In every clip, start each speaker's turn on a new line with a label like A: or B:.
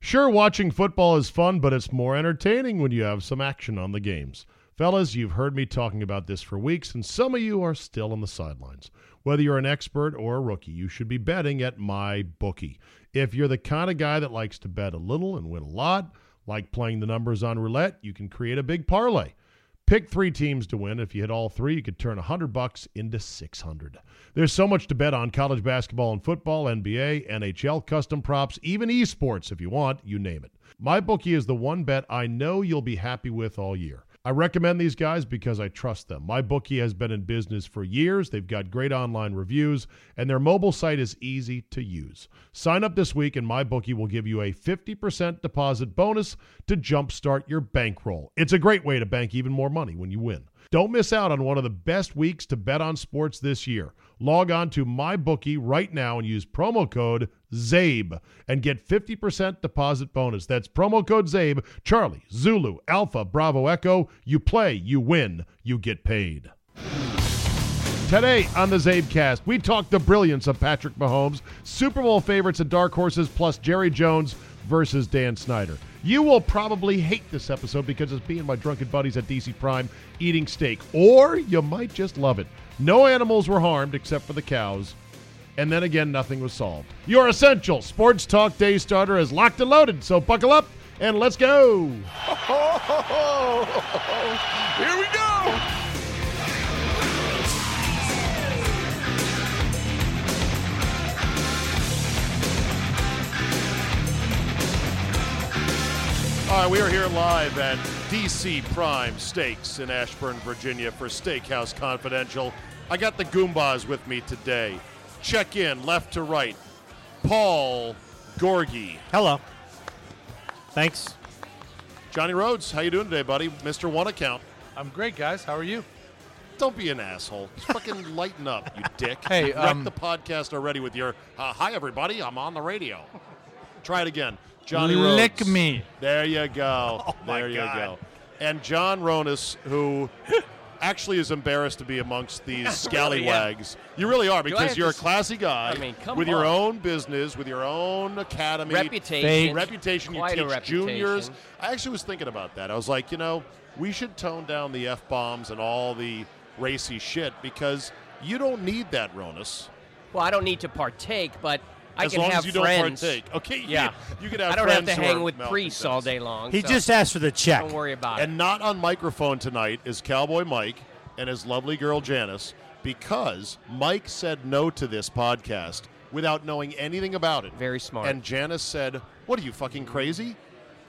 A: Sure, watching football is fun, but it's more entertaining when you have some action on the games. Fellas, you've heard me talking about this for weeks, and some of you are still on the sidelines. Whether you're an expert or a rookie, you should be betting at my bookie. If you're the kind of guy that likes to bet a little and win a lot, like playing the numbers on roulette, you can create a big parlay. Pick three teams to win. If you hit all three, you could turn 100 bucks into 600. There's so much to bet on college basketball and football, NBA, NHL, custom props, even esports if you want, you name it. MyBookie is the one bet I know you'll be happy with all year. I recommend these guys because I trust them. MyBookie has been in business for years. They've got great online reviews, and their mobile site is easy to use. Sign up this week, and MyBookie will give you a 50% deposit bonus to jumpstart your bankroll. It's a great way to bank even more money when you win. Don't miss out on one of the best weeks to bet on sports this year. Log on to MyBookie right now and use promo code ZABE and get 50% deposit bonus. That's promo code ZABE, Charlie, Zulu, Alpha, Bravo, Echo. You play, you win, you get paid. Today on the Zabecast, we talk the brilliance of Patrick Mahomes, Super Bowl favorites and dark horses, plus Jerry Jones versus Dan Snyder. You will probably hate this episode because it's me and my drunken buddies at DC Prime eating steak, or you might just love it. No animals were harmed except for the cows, and then again, nothing was solved. Your essential sports talk day starter is locked and loaded, so buckle up and let's go.
B: Here we go.
A: All right, we are here live at DC Prime Steaks in Ashburn, Virginia for Steakhouse Confidential. I got the Goombas with me today. Check in left to right. Paul Gorgie.
C: Hello. Thanks.
A: Johnny Rhodes, how you doing today, buddy? Mr. One Account.
D: I'm great, guys. How are you?
A: Don't be an asshole. Just fucking lighten up, you dick.
D: Hey,
A: you wrecked
D: um,
A: the podcast already with your uh, "Hi everybody, I'm on the radio." Try it again, Johnny Rhodes.
D: Lick me.
A: There you go.
E: Oh
C: my
A: there you
C: God.
A: go. And John Ronis, who actually is embarrassed to be amongst these scallywags. You really are
E: I
A: because
E: have
A: you're
E: to
A: a classy guy.
E: I mean, come
A: with your
E: on.
A: own business, with your own academy,
E: reputation.
A: reputation. You
E: Quite a
A: teach
E: reputation.
A: juniors. I actually was thinking about that. I was like, you know, we should tone down the f bombs and all the racy shit because you don't need that, Ronus.
E: Well, I don't need to partake, but I
A: as
E: can
A: long
E: have
A: as you
E: friends.
A: don't partake, okay?
E: Yeah.
A: you, you can have.
E: I don't have
A: friends
E: to
A: who
E: hang
A: are
E: with
A: malcontents.
E: priests all day long.
C: He
E: so
C: just asked for the check.
E: don't worry about it.
A: And not on microphone tonight is Cowboy Mike and his lovely girl Janice because Mike said no to this podcast without knowing anything about it.
E: Very smart.
A: And Janice said, What are you fucking crazy?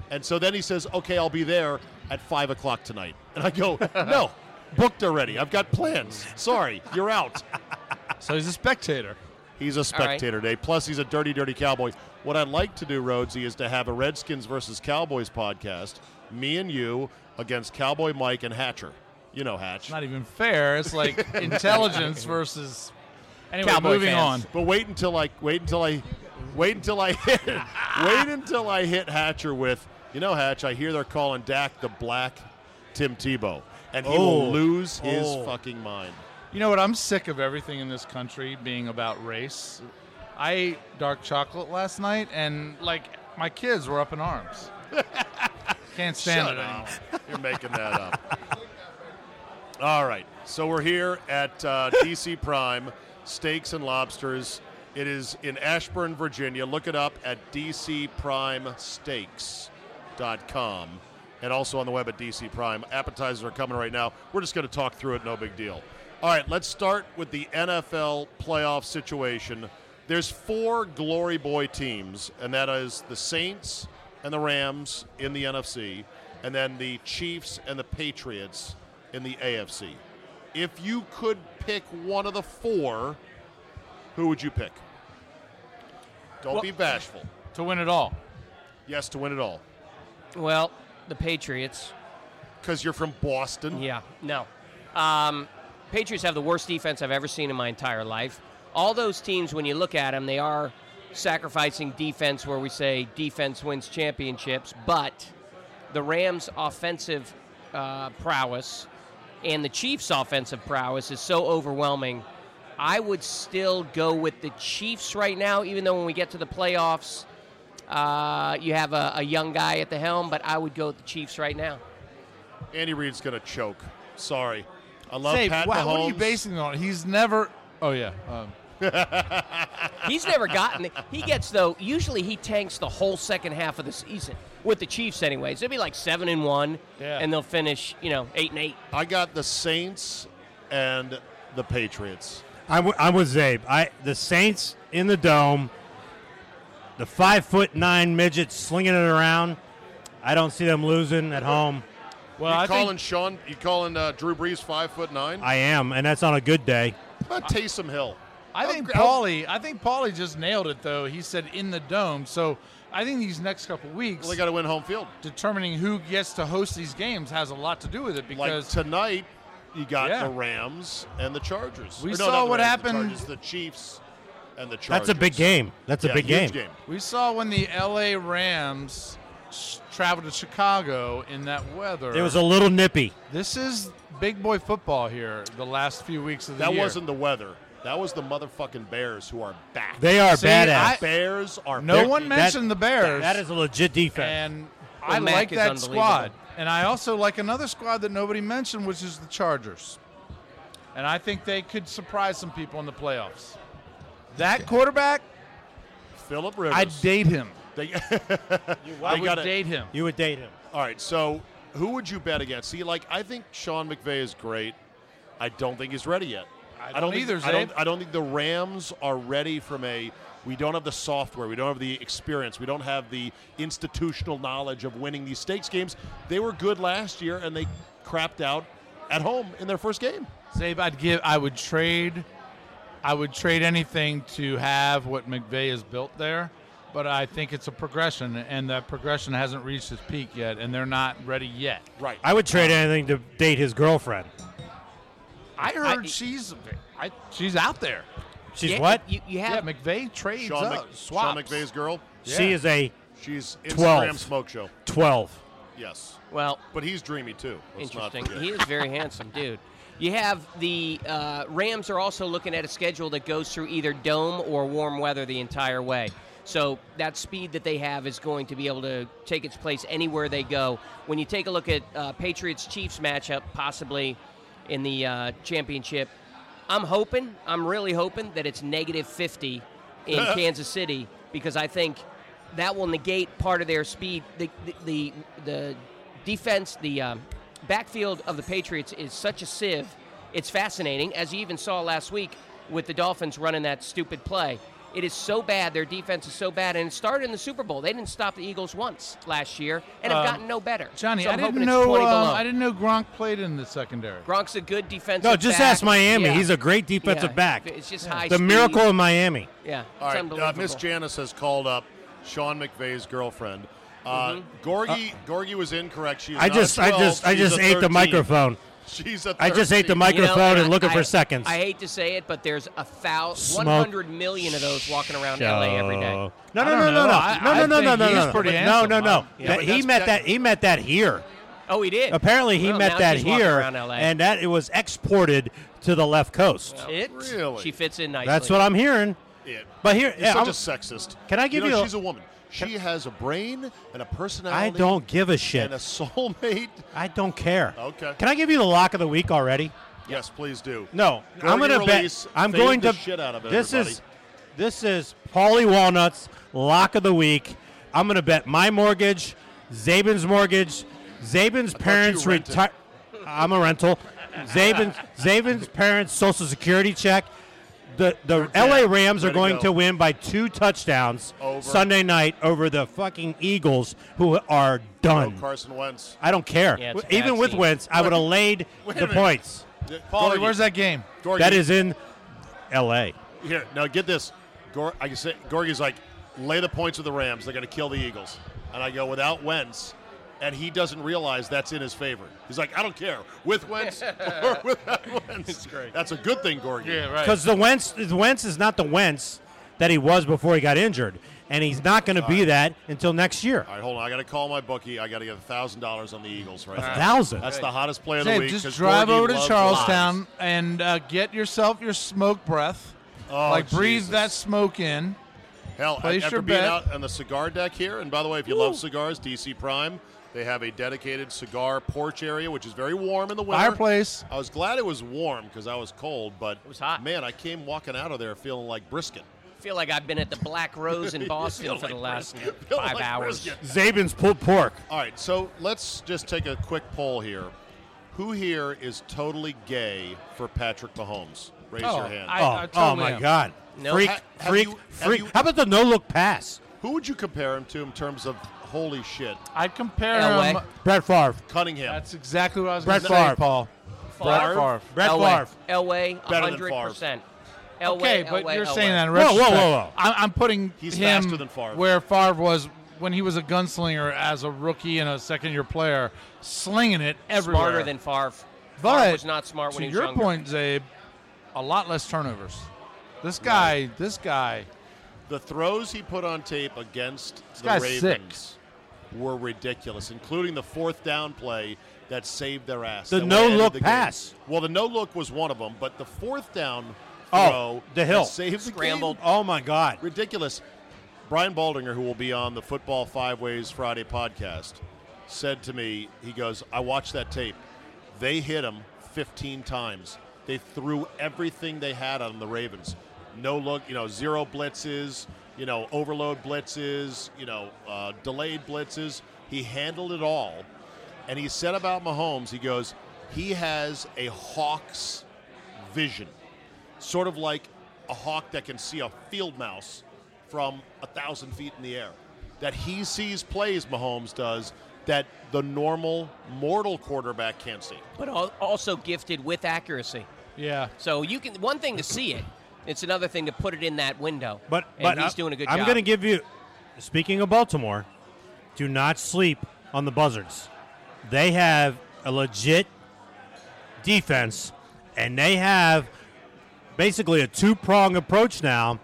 A: And so then he says, Okay, I'll be there at five o'clock tonight. And I go, No, booked already. I've got plans. Sorry, you're out.
D: So he's a spectator.
A: He's a
E: right.
A: spectator today. Plus, he's a dirty, dirty cowboy. What I'd like to do, Rhodesy, is to have a Redskins versus Cowboys podcast. Me and you against Cowboy Mike and Hatcher. You know Hatch.
D: Not even fair. It's like intelligence versus. Anyway,
E: Cowboy
D: moving
E: fans.
D: on.
A: But wait until I wait until I wait until I hit wait until I hit Hatcher with you know Hatch. I hear they're calling Dak the Black Tim Tebow, and he will
C: Oh.
A: lose his
C: Oh.
A: fucking mind.
D: You know what? I'm sick of everything in this country being about race. I ate dark chocolate last night, and like my kids were up in arms. Can't stand
A: Shut
D: it anymore.
A: up. You're making that up. All right. So we're here at uh, DC Prime Steaks and Lobsters. It is in Ashburn, Virginia. Look it up at dcprimesteaks.com and also on the web at DC Prime. Appetizers are coming right now. We're just going to talk through it, no big deal. All right, let's start with the NFL playoff situation. There's four glory boy teams, and that is the Saints and the Rams in the NFC, and then the Chiefs and the Patriots in the AFC. If you could pick one of the four, who would you pick? Don't
D: Well-
A: be bashful.
D: To win it all.
A: Yes, to win it all.
E: Well, the Patriots.
A: Because you're from Boston.
E: Yeah, no. Um, Patriots have the worst defense I've ever seen in my entire life. All those teams, when you look at them, they are sacrificing defense where we say defense wins championships, but the Rams' offensive uh, prowess and the Chiefs' offensive prowess is so overwhelming. I would still go with the Chiefs right now, even though when we get to the playoffs, uh, you have a, a young guy at the helm, but I would go with the Chiefs right now.
A: Andy Reid's going to choke. Sorry. I love
F: Say,
A: Pat
F: wha-
A: Mahomes.
D: What are you basing it on? He's never. Oh yeah. Um,
E: He's never gotten it. He gets though. Usually he tanks the whole second half of the season with the Chiefs, anyways. It'll be like seven and one,
D: Yeah.
E: and they'll finish you know eight and eight.
A: I got the Saints and the Patriots.
F: I'm, wi- I'm with Zabe. I the Saints in the dome. The five foot nine midget slinging it around. I don't see them losing at home.
D: well,
A: you
D: Uh, I
A: calling
D: think
A: Sean? You calling uh, Drew Brees five foot nine?
F: I am, and that's on a good day.
A: How about Taysom Hill?
D: I
A: How
D: think
A: gr- how-
D: Paulie. I think Paulie just nailed it though. He said in the dome. So I think these next couple weeks,
A: Well, they got to win home field.
D: determining who gets to host these games has a lot to do with it
A: Like
D: because
A: tonight, you got
D: Yeah.
A: the Rams and the Chargers.
D: We
A: Or no,
D: saw
A: not the
D: what
A: Rams, the
D: happened-
A: Chargers, The, Chiefs and the Chargers.
F: That's a big game. That's
A: Yeah,
F: a big
A: huge
F: game.
A: game.
D: we saw when the L.A. Rams s- traveled to Chicago in that weather.
F: It was a little nippy.
D: This is big boy football here. The last few weeks of the
A: That
D: year.
A: wasn't the weather. That was the motherfucking Bears who are back.
F: They are
D: See,
F: badass.
D: I-
A: Bears are
D: No
A: back.
D: one
F: That-
D: mentioned the Bears.
F: that is a legit defense.
D: and I
E: Mac
D: like
E: is
D: that
E: unbelievable.
D: squad. And I also like another squad that nobody mentioned, which is the Chargers. And I think they could surprise some people in the playoffs. That quarterback,
A: Philip Rivers.
D: I'd date him.
A: They-
D: I
A: They
D: would
A: gotta-
D: date him.
F: you would date him.
A: All right, so who would you bet against? See, like I think Sean McVay is great. I don't think he's ready yet.
D: I don't
A: think,
D: either,
A: I
D: Zabe.
A: don't, I don't think the Rams are ready from a. We don't have the software. We don't have the experience. We don't have the institutional knowledge of winning these stakes games. They were good last year, and they crapped out at home in their first game.
D: Zabe, I'd give. I would trade. I would trade anything to have what McVay has built there, but I think it's a progression, and that progression hasn't reached its peak yet, and they're not ready yet.
A: Right.
F: I would trade anything to date his girlfriend.
D: I heard
E: I-
D: she's, I, she's out there.
F: She's
E: Yeah,
F: what?
E: You, you
D: Yeah,
E: have
D: McVay trades
A: Sean,
D: up,
A: Mc, Sean
D: swaps.
A: McVay's girl.
F: She
D: Yeah.
F: is a
A: She's Instagram
F: 12.
A: smoke show.
F: 12.
A: Yes,
E: well,
A: but he's dreamy too. Let's not
E: interesting.
A: forget.
E: He is very handsome, dude. You have the uh, Rams are also looking at a schedule that goes through either dome or warm weather the entire way. So that speed that they have is going to be able to take its place anywhere they go. When you take a look at uh, Patriots Chiefs matchup, possibly in the uh, championship, I'm hoping, I'm really hoping that it's negative 50 in Kansas City because I think that will negate part of their speed. The the the, the defense, the um, backfield of the Patriots is such a sieve. It's fascinating, as you even saw last week with the Dolphins running that stupid play. It is so bad. Their defense is so bad, and it started in the Super Bowl. They didn't stop the Eagles once last year, and have gotten no better.
D: Johnny,
E: so
D: I
E: I'm hoping
D: didn't know.
E: it's 20
D: uh,
E: below.
D: I didn't know Gronk played in the secondary.
E: Gronk's a good defensive.
F: No, just ask
E: back.
F: Miami.
E: Yeah.
F: He's a great defensive
E: Yeah.
F: back.
E: It's just high.
F: the
E: speed.
F: miracle of Miami.
A: All
E: Yeah. it's
A: right, uh,
E: unbelievable.
A: Miss Janice has called up Sean McVay's girlfriend. Uh, Gorgie, Gorgie was incorrect. She's
F: Mm-hmm. I
A: not a
F: just, I
A: 12,
F: just, I
A: she's a
F: just ate the
A: 13.
F: microphone.
A: She's a 13.
F: I just ate the
E: You know,
F: microphone
E: and
F: and
E: I-
F: looking
E: I-
F: for seconds.
E: I hate to say it, but there's a thousand,
F: Smoke
E: 100 million of those walking around LA every day.
F: No,
D: I don't
F: no, no, no,
D: know.
F: no,
D: I-
F: no,
D: I
F: no, no,
D: think
F: no, no,
D: he's
F: no,
D: pretty
F: no, no,
D: handsome,
F: no.
D: Mom.
A: Yeah,
F: That-
A: but
F: He
A: that's-
F: met
A: that-
F: that. He met that here.
E: Oh, he did.
F: Apparently, he
E: Well, now
F: met that
E: she's walking
F: here,
E: around LA.
F: and that it was exported to the left coast.
E: it
A: Really?
E: she fits in nicely.
F: That's what I'm hearing.
A: It.
F: But here,
A: It's
F: yeah,
A: such
F: I'm-
A: a sexist.
F: Can I give
A: you? Know,
F: you a-
A: she's a woman. She has a brain and a personality.
F: I don't give a
A: And a
F: shit.
A: soulmate.
F: I don't care.
A: Okay.
F: Can I give you the lock of the week already?
A: Yes, please do.
F: No,
A: Gorgie
F: I'm gonna
A: release,
F: bet. I'm
A: fade
F: going
A: the
F: to.
A: shit out of
F: this is,
A: everybody.
F: this is Paulie Walnuts lock of the week. I'm gonna bet my mortgage, Zabin's mortgage, Zabin's
A: you
F: parents
A: rented.
F: retire. I'm a rental. Zabin's Zabin's parents' social security check. The the L.A. Rams
A: Way
F: are
A: to
F: going
A: go.
F: to win by two touchdowns
A: Over.
F: Sunday night over the fucking Eagles, who are
A: Oh,
F: done.
A: Carson Wentz.
F: I don't care.
E: Yeah, it's a
F: Even
E: bad
F: with
E: team.
F: Wentz, I would have laid
A: Wait a
F: the
A: minute.
F: points.
D: Paulie, where's that game?
A: Gorgie,
F: That is in L.A.
A: Here, now get this. Gor- I can say Gorgie's like, lay the points with the Rams. They're going to kill the Eagles. And I go, without Wentz, and he doesn't realize that's in his favor. He's like, I don't care with Wentz or without Wentz. It's great. That's a good thing, Gorgie.
D: Yeah, right.
F: Because the Wentz, the Wentz is not the Wentz that he was before he got injured, and he's not going to be that until next year.
A: All right, hold on. I got to call my bookie. I got to get thousand dollars on the Eagles right now.
F: thousand.
A: That's the hottest play of the
D: Say,
A: week.
D: just
A: 'cause
D: drive
A: Gorgie
D: over to
A: loves
D: Charlestown
A: lies.
D: and uh, get yourself your smoke breath.
A: Oh,
D: like breathe
A: Jesus.
D: that smoke in.
A: Hell,
D: Place
A: after
D: your
A: being
D: bet.
A: out on the cigar deck here, and by the way, if you love cigars, DC Prime, they have a dedicated cigar porch area, which is very warm in the winter.
D: Fireplace.
A: I was glad it was warm because I was cold, but it
E: was hot.
A: Man, I came walking out of there feeling like brisket.
E: I feel like I've been at the Black Rose in Boston
A: Feeling
E: for the
A: like
E: last
A: brisket. Feeling
E: five
A: like
E: hours.
A: brisket.
F: Zabin's pulled pork.
A: All right, so let's just take a quick poll here. Who here is totally gay for Patrick Mahomes? Raise
D: Oh,
A: your hand.
D: I-
F: Oh,
D: I
F: oh
D: totally
F: my
D: am.
F: God.
E: No.
F: Freak,
A: Ha- have
F: freak,
A: you- have
F: freak.
A: you-
F: How about the no look pass?
A: Who would you compare him to in terms of holy shit?
D: I compare
E: Elway.
D: him.
F: Brett Favre.
A: Cunningham.
D: That's exactly what I was
F: Brett
D: going to say,
F: Favre.
D: Paul.
A: Favre?
D: Brett Favre.
F: Brett
E: Elway,
F: Favre.
E: Elway,
A: Better than
E: 100%. Elway,
D: Okay, but
E: Elway,
D: you're
E: Elway.
D: saying that in
F: Whoa, whoa,
D: retrospect.
F: whoa, whoa.
D: I'm, I'm putting
A: He's
D: him
A: faster than Favre.
D: where Favre was when he was a gunslinger as a rookie and a second-year player, slinging it everywhere.
E: smarter than Favre. Favre
D: But
E: was not smart when
D: to
E: he was
D: your
E: younger.
D: point, Zabe, a lot less turnovers. This guy, this guy,
A: The throws he put on tape against the
D: guy's
A: Ravens
D: sick.
A: were ridiculous, including the fourth down play that saved their ass.
F: The
A: that
F: no
A: would've ended
F: look
A: the game.
F: pass.
A: Well, the no look was one of them, but the fourth down
F: Oh,
A: throw
F: the hill.
A: that saved the
E: Scrambled.
A: game.
F: Oh my God.
A: Ridiculous. Brian Baldinger, who will be on the Football Five Ways Friday podcast, said to me, he goes, I watched that tape. They hit him 15 times. They threw everything they had on the Ravens. No look, you know, zero blitzes, you know, overload blitzes, you know, uh, delayed blitzes. He handled it all. And he said about Mahomes, he goes, he has a Hawks vision, sort of like a hawk that can see a field mouse from a thousand feet in the air. That he sees plays, Mahomes does, that the normal mortal quarterback can't see.
E: But al- also gifted with accuracy.
D: yeah.
E: So you can one thing to see it. It's another thing to put it in that window.
F: But
E: and
F: but
E: he's
F: I-
E: doing a good
F: I'm
E: job.
F: going to give you. Speaking of Baltimore, do not sleep on the Buzzards. They have a legit defense, and they have basically a two prong approach now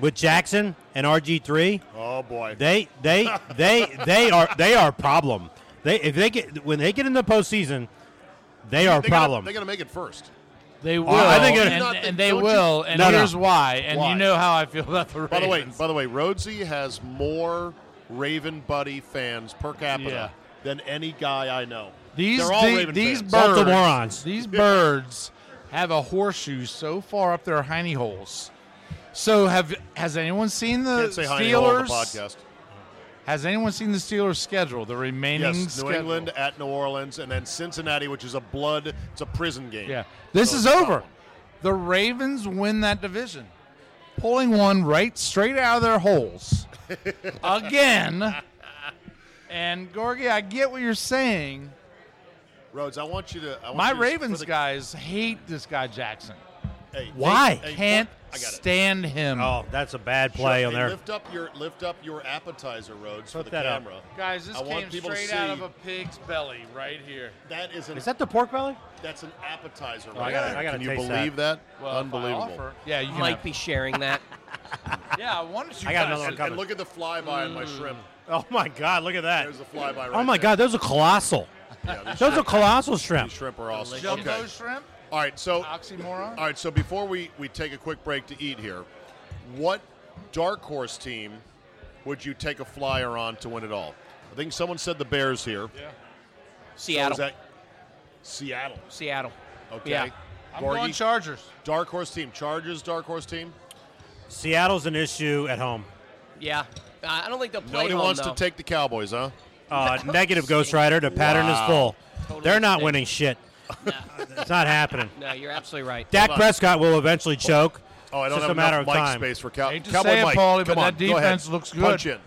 F: with Jackson and RG three.
A: Oh boy.
F: They they they they are they are a problem. They if they get when they get in the postseason, they are a
A: They gotta-
F: problem.
A: They got to make it first.
D: They will,
F: I think it-
D: and,
A: Don't you-
D: and they
A: don't you-
D: will, and
F: No, no.
D: here's why. And
A: Why?
D: you know how I feel about the Ravens.
A: By the way, by the way, Rhodesy has more Raven Buddy fans per capita
D: Yeah.
A: than any guy I know.
D: these
A: They're all
D: the-
A: Raven
D: these
A: fans.
D: birds,
F: Baltimoreans.
D: these birds have a horseshoe so far up their hiney holes. So have has anyone seen the
A: Can't say hi to all on
D: Steelers?
A: the podcast.
D: Has anyone seen the Steelers schedule? The remaining
A: Yes, New
D: schedule?
A: England at New Orleans, and then Cincinnati, which is a blood, it's a prison game.
D: Yeah, this
A: So
D: is
A: it's a tough
D: over.
A: one.
D: The Ravens win that division, pulling one right straight out of their holes again. And Gorgie, I get what you're saying.
A: Rhodes, I want you to. I want
D: My
A: you to-
D: Ravens
A: for the-
D: guys hate this guy Jackson.
A: Hey, they-
F: Why?
A: hey,
D: Can't
A: I got it.
D: stand him.
F: oh, that's a bad play
A: Sure,
F: on
A: hey,
F: there.
A: Lift up your lift up your appetizer, Rhodes, for
F: Put
A: the
F: that up.
A: camera.
D: Guys, this
A: I want
D: came
A: people to
D: straight out
A: see-
D: of a pig's belly right here.
A: That is an
F: Is that the pork belly?
A: that's an appetizer.
F: I
A: right
F: gotta-
A: there.
F: I gotta
A: Can you
F: taste
A: believe that?
D: Well, if I
A: Unbelievable.
D: offer- yeah, you can
E: might
D: have-
E: be sharing that.
D: Yeah, I wanted you
F: I got
D: guys
F: another
D: to-
F: one coming.
A: And look at the flyby on my shrimp.
F: Oh my God! Look at that.
A: There's the flyby. Right
F: oh my
A: there.
F: God! Those are colossal.
A: Yeah, these
F: Those are
A: shrimp-
F: colossal
A: these
F: shrimp.
A: shrimp are awesome.
D: Jumbo
A: Okay.
D: shrimp,
A: All right. So
D: oxymoron.
A: All right, so before we, we take a quick break to eat here, what dark horse team would you take a flyer on to win it all? I think someone said the Bears here. So
E: Seattle.
A: is that Seattle?
E: Seattle.
A: Okay.
E: Yeah.
D: I'm
A: Gorgie,
D: going Chargers.
A: dark horse team. Chargers, dark horse team.
F: Seattle's an issue at home.
E: Yeah. Uh, I don't think they'll play
A: Nobody
E: home,
A: wants
E: though.
A: to take the Cowboys, huh?
F: Uh, negative Ghost Rider. The pattern is
A: Wow.
F: full.
E: Totally
F: They're not
E: sick.
F: winning shit. it's not happening.
E: No, you're absolutely right.
F: Dak
A: on.
F: Prescott will eventually choke.
A: Oh, I
F: It's
A: don't
F: just
A: have
F: a matter
A: enough
F: of
A: mic
F: time.
A: space for Cow-
D: Hate to
A: Cowboy
D: say it,
A: Mike.
D: Paulie,
A: Come
D: but
A: on,
D: that
A: go ahead.
D: defense looks good.
A: Punch in.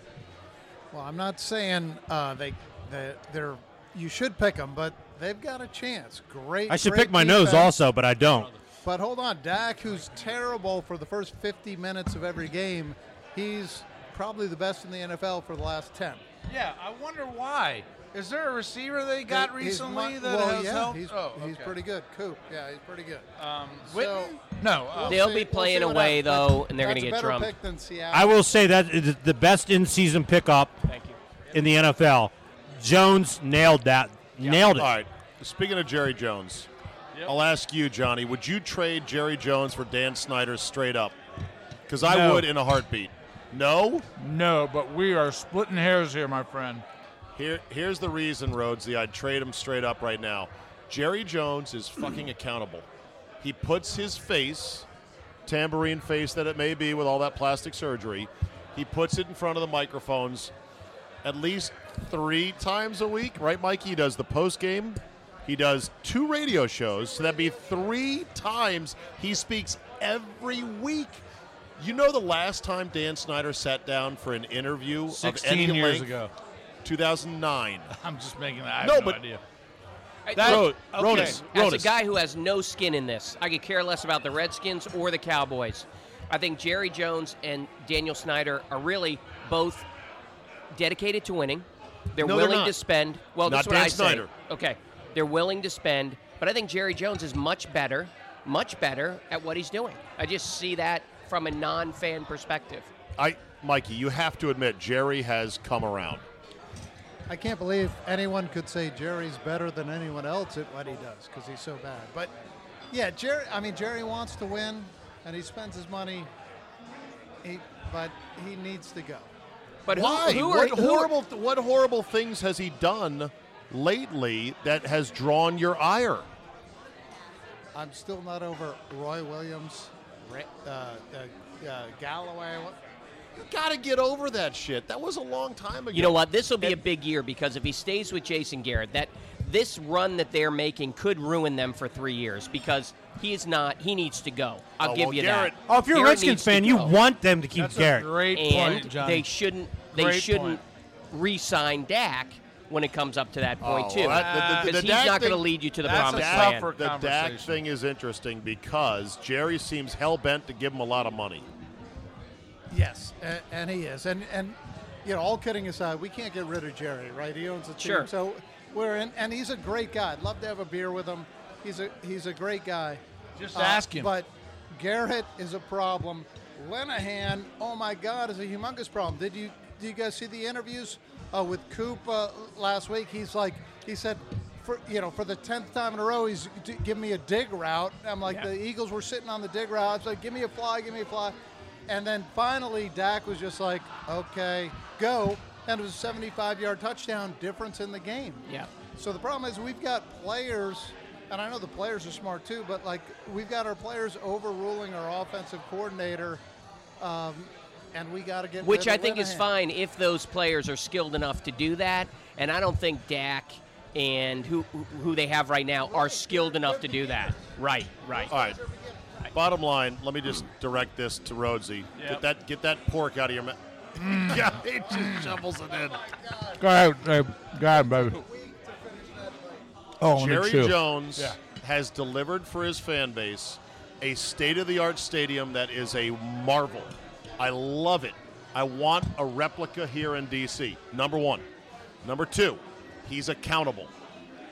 G: Well, I'm not saying uh, they they they're you should pick them, but they've got a chance. Great.
F: I should
G: great
F: pick my nose
G: defense.
F: also, but I don't.
G: But hold on, Dak, who's terrible for the first 50 minutes of every game, he's probably the best in the NFL for the last ten.
D: Yeah, I wonder why. Is there a receiver they got
G: He- he's
D: recently that
G: mon- well,
D: has
G: yeah,
D: helped?
G: He's,
D: oh,
G: he's
D: okay.
G: pretty good. Coop, yeah, he's pretty good.
D: Um,
G: So-
D: Whitney? no. Uh,
E: They'll
G: see-
E: be
G: see
E: playing
G: what
E: away,
G: happens.
E: though, and they're
G: That's
E: gonna
G: a
E: get
G: better
E: drummed.
G: Pick than Seattle.
F: I will say that is the best in-season pickup
E: Thank you.
F: in the NFL. Jones nailed that. Nailed it.
A: All right. Speaking of Jerry Jones, I'll ask you, Johnny. Would you trade Jerry Jones for Dan Snyder straight up? Because I
F: No.
A: would in a heartbeat. No.
D: No, but we are splitting hairs here, my friend.
A: Here, here's the reason, Rhodesy. I'd trade him straight up right now. Jerry Jones is fucking accountable. He puts his face, tambourine face that it may be with all that plastic surgery, he puts it in front of the microphones at least three times a week, right, Mike? He does the post game. He does two radio shows, so that'd be three times he speaks every week. You know the last time Dan Snyder sat down for an interview of any
D: Sixteen years
A: length?
D: ago.
A: 2009.
D: I'm just making that. I have
A: No,
D: no,
A: but-
D: idea.
E: That-
A: Ro-
D: okay.
A: Rodas,
E: As a
A: Rodas.
E: guy who has no skin in this, I could care less about the Redskins or the Cowboys. I think Jerry Jones and Daniel Snyder are really both dedicated to winning. They're
A: No, they're
E: willing
A: not.
E: to spend. Well,
A: Not
E: that's what
A: Dan
E: I say.
A: Snyder.
E: Okay, they're willing to spend, but I think Jerry Jones is much better, much better at what he's doing. I just see that from a non-fan perspective.
A: I, Mikey, you have to admit Jerry has come around.
G: I can't believe anyone could say Jerry's better than anyone else at what he does because he's so bad. But yeah, Jerry. I mean, Jerry wants to win, and he spends his money. He, but he needs to go.
E: But who-
A: Why?
E: Who, are
A: what
E: who are-
A: horrible? what horrible things has he done lately that has drawn your ire?
G: I'm still not over Roy Williams, Ra- uh, uh, uh, Galloway. What-
A: You got to get over that shit. That was a long time ago.
E: You know what? This will be a big year because if he stays with Jason Garrett, that this run that they're making could ruin them for three years because he is not. He needs to go. I'll
A: Oh,
E: give
A: well,
E: you
A: Garrett-
E: that.
F: Oh, if you're a
E: Garrett
F: Redskins
E: needs to
F: fan, you
E: go.
F: want them to keep
D: That's
F: Garrett.
D: a great
E: and
D: point, John.
E: they shouldn't. They
D: Great
E: shouldn't
D: point.
E: re-sign Dak when it comes up to that point
A: Oh,
E: too,
A: well, that- the- the- the
E: because he's
A: Dak
E: not going to
A: thing-
E: lead you to the
D: that's a
E: promised
D: tough
E: land.
D: for
A: the Dak
D: conversation.
A: thing is interesting because Jerry seems hell bent to give him a lot of money.
G: Yes, and, and he is. And and you know, all kidding aside, we can't get rid of Jerry, right? He owns the team,
E: Sure.
G: so we're in. And he's a great guy. I'd love to have a beer with him. He's a he's a great guy. Uh,
D: Just ask him.
G: But Garrett is a problem. Lenahan, oh my God, is a humongous problem. Did you do you guys see the interviews uh, with Coop uh, last week? He's like he said. For, you know, for the tenth time in a row, he's d- give me a dig route. I'm like, the Eagles were sitting on the dig route. I was like, give me a fly, give me a fly. And then finally, Dak was just like, okay, go. And it was a 75 yard touchdown difference in the game.
E: Yeah.
G: So the problem is we've got players, and I know the players are smart too, but like we've got our players overruling our offensive coordinator, um, and we got to get
E: Which
G: rid
E: I
G: of
E: think is
G: Linehan.
E: fine if those players are skilled enough to do that. And I don't think Dak and who who they have right now are skilled enough to do that. Right, right.
A: All right. Bottom line, let me just direct this to Rhodesy. Get that, get that pork out of your mouth. Yeah, he just shovels it in.
D: Go ahead, babe. Go ahead, baby. Oh, and
A: Jerry
D: it's you.
A: Jones
D: Yeah.
A: has delivered for his fan base a state of the art stadium that is a marvel. I love it. I want a replica here in D.C. Number one. Number two, he's accountable.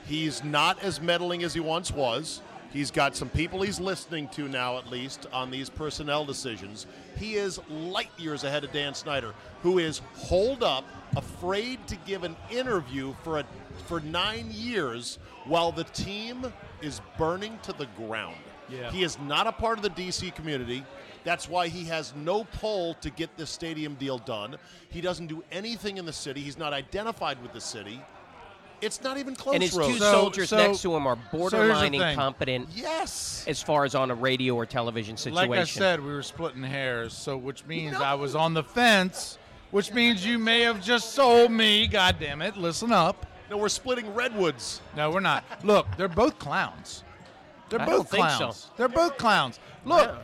A: He's not as meddling as he once was. He's got some people he's listening to now, at least, on these personnel decisions. He is light years ahead of Dan Snyder, who is holed up, afraid to give an interview for a, for nine years while the team is burning to the ground.
D: Yeah.
A: He is not a part of the DC community. That's why he has no pull to get this stadium deal done. He doesn't do anything in the city. He's not identified with the city. It's not even close.
E: And his two
A: Rhodes.
D: So-
E: soldiers
D: so-
E: next to him are
D: here's the
E: borderline
D: thing.
E: incompetent
A: yes.
E: as far as on a radio or television situation.
D: Like I said, we were splitting hairs, so which means I was on the fence, which means you may have just sold me. God damn it! Listen up.
A: No, we're splitting redwoods.
D: No, we're not. Look, they're both clowns. They're
E: I
D: both
E: don't think so.
D: clowns. They're both clowns. Look,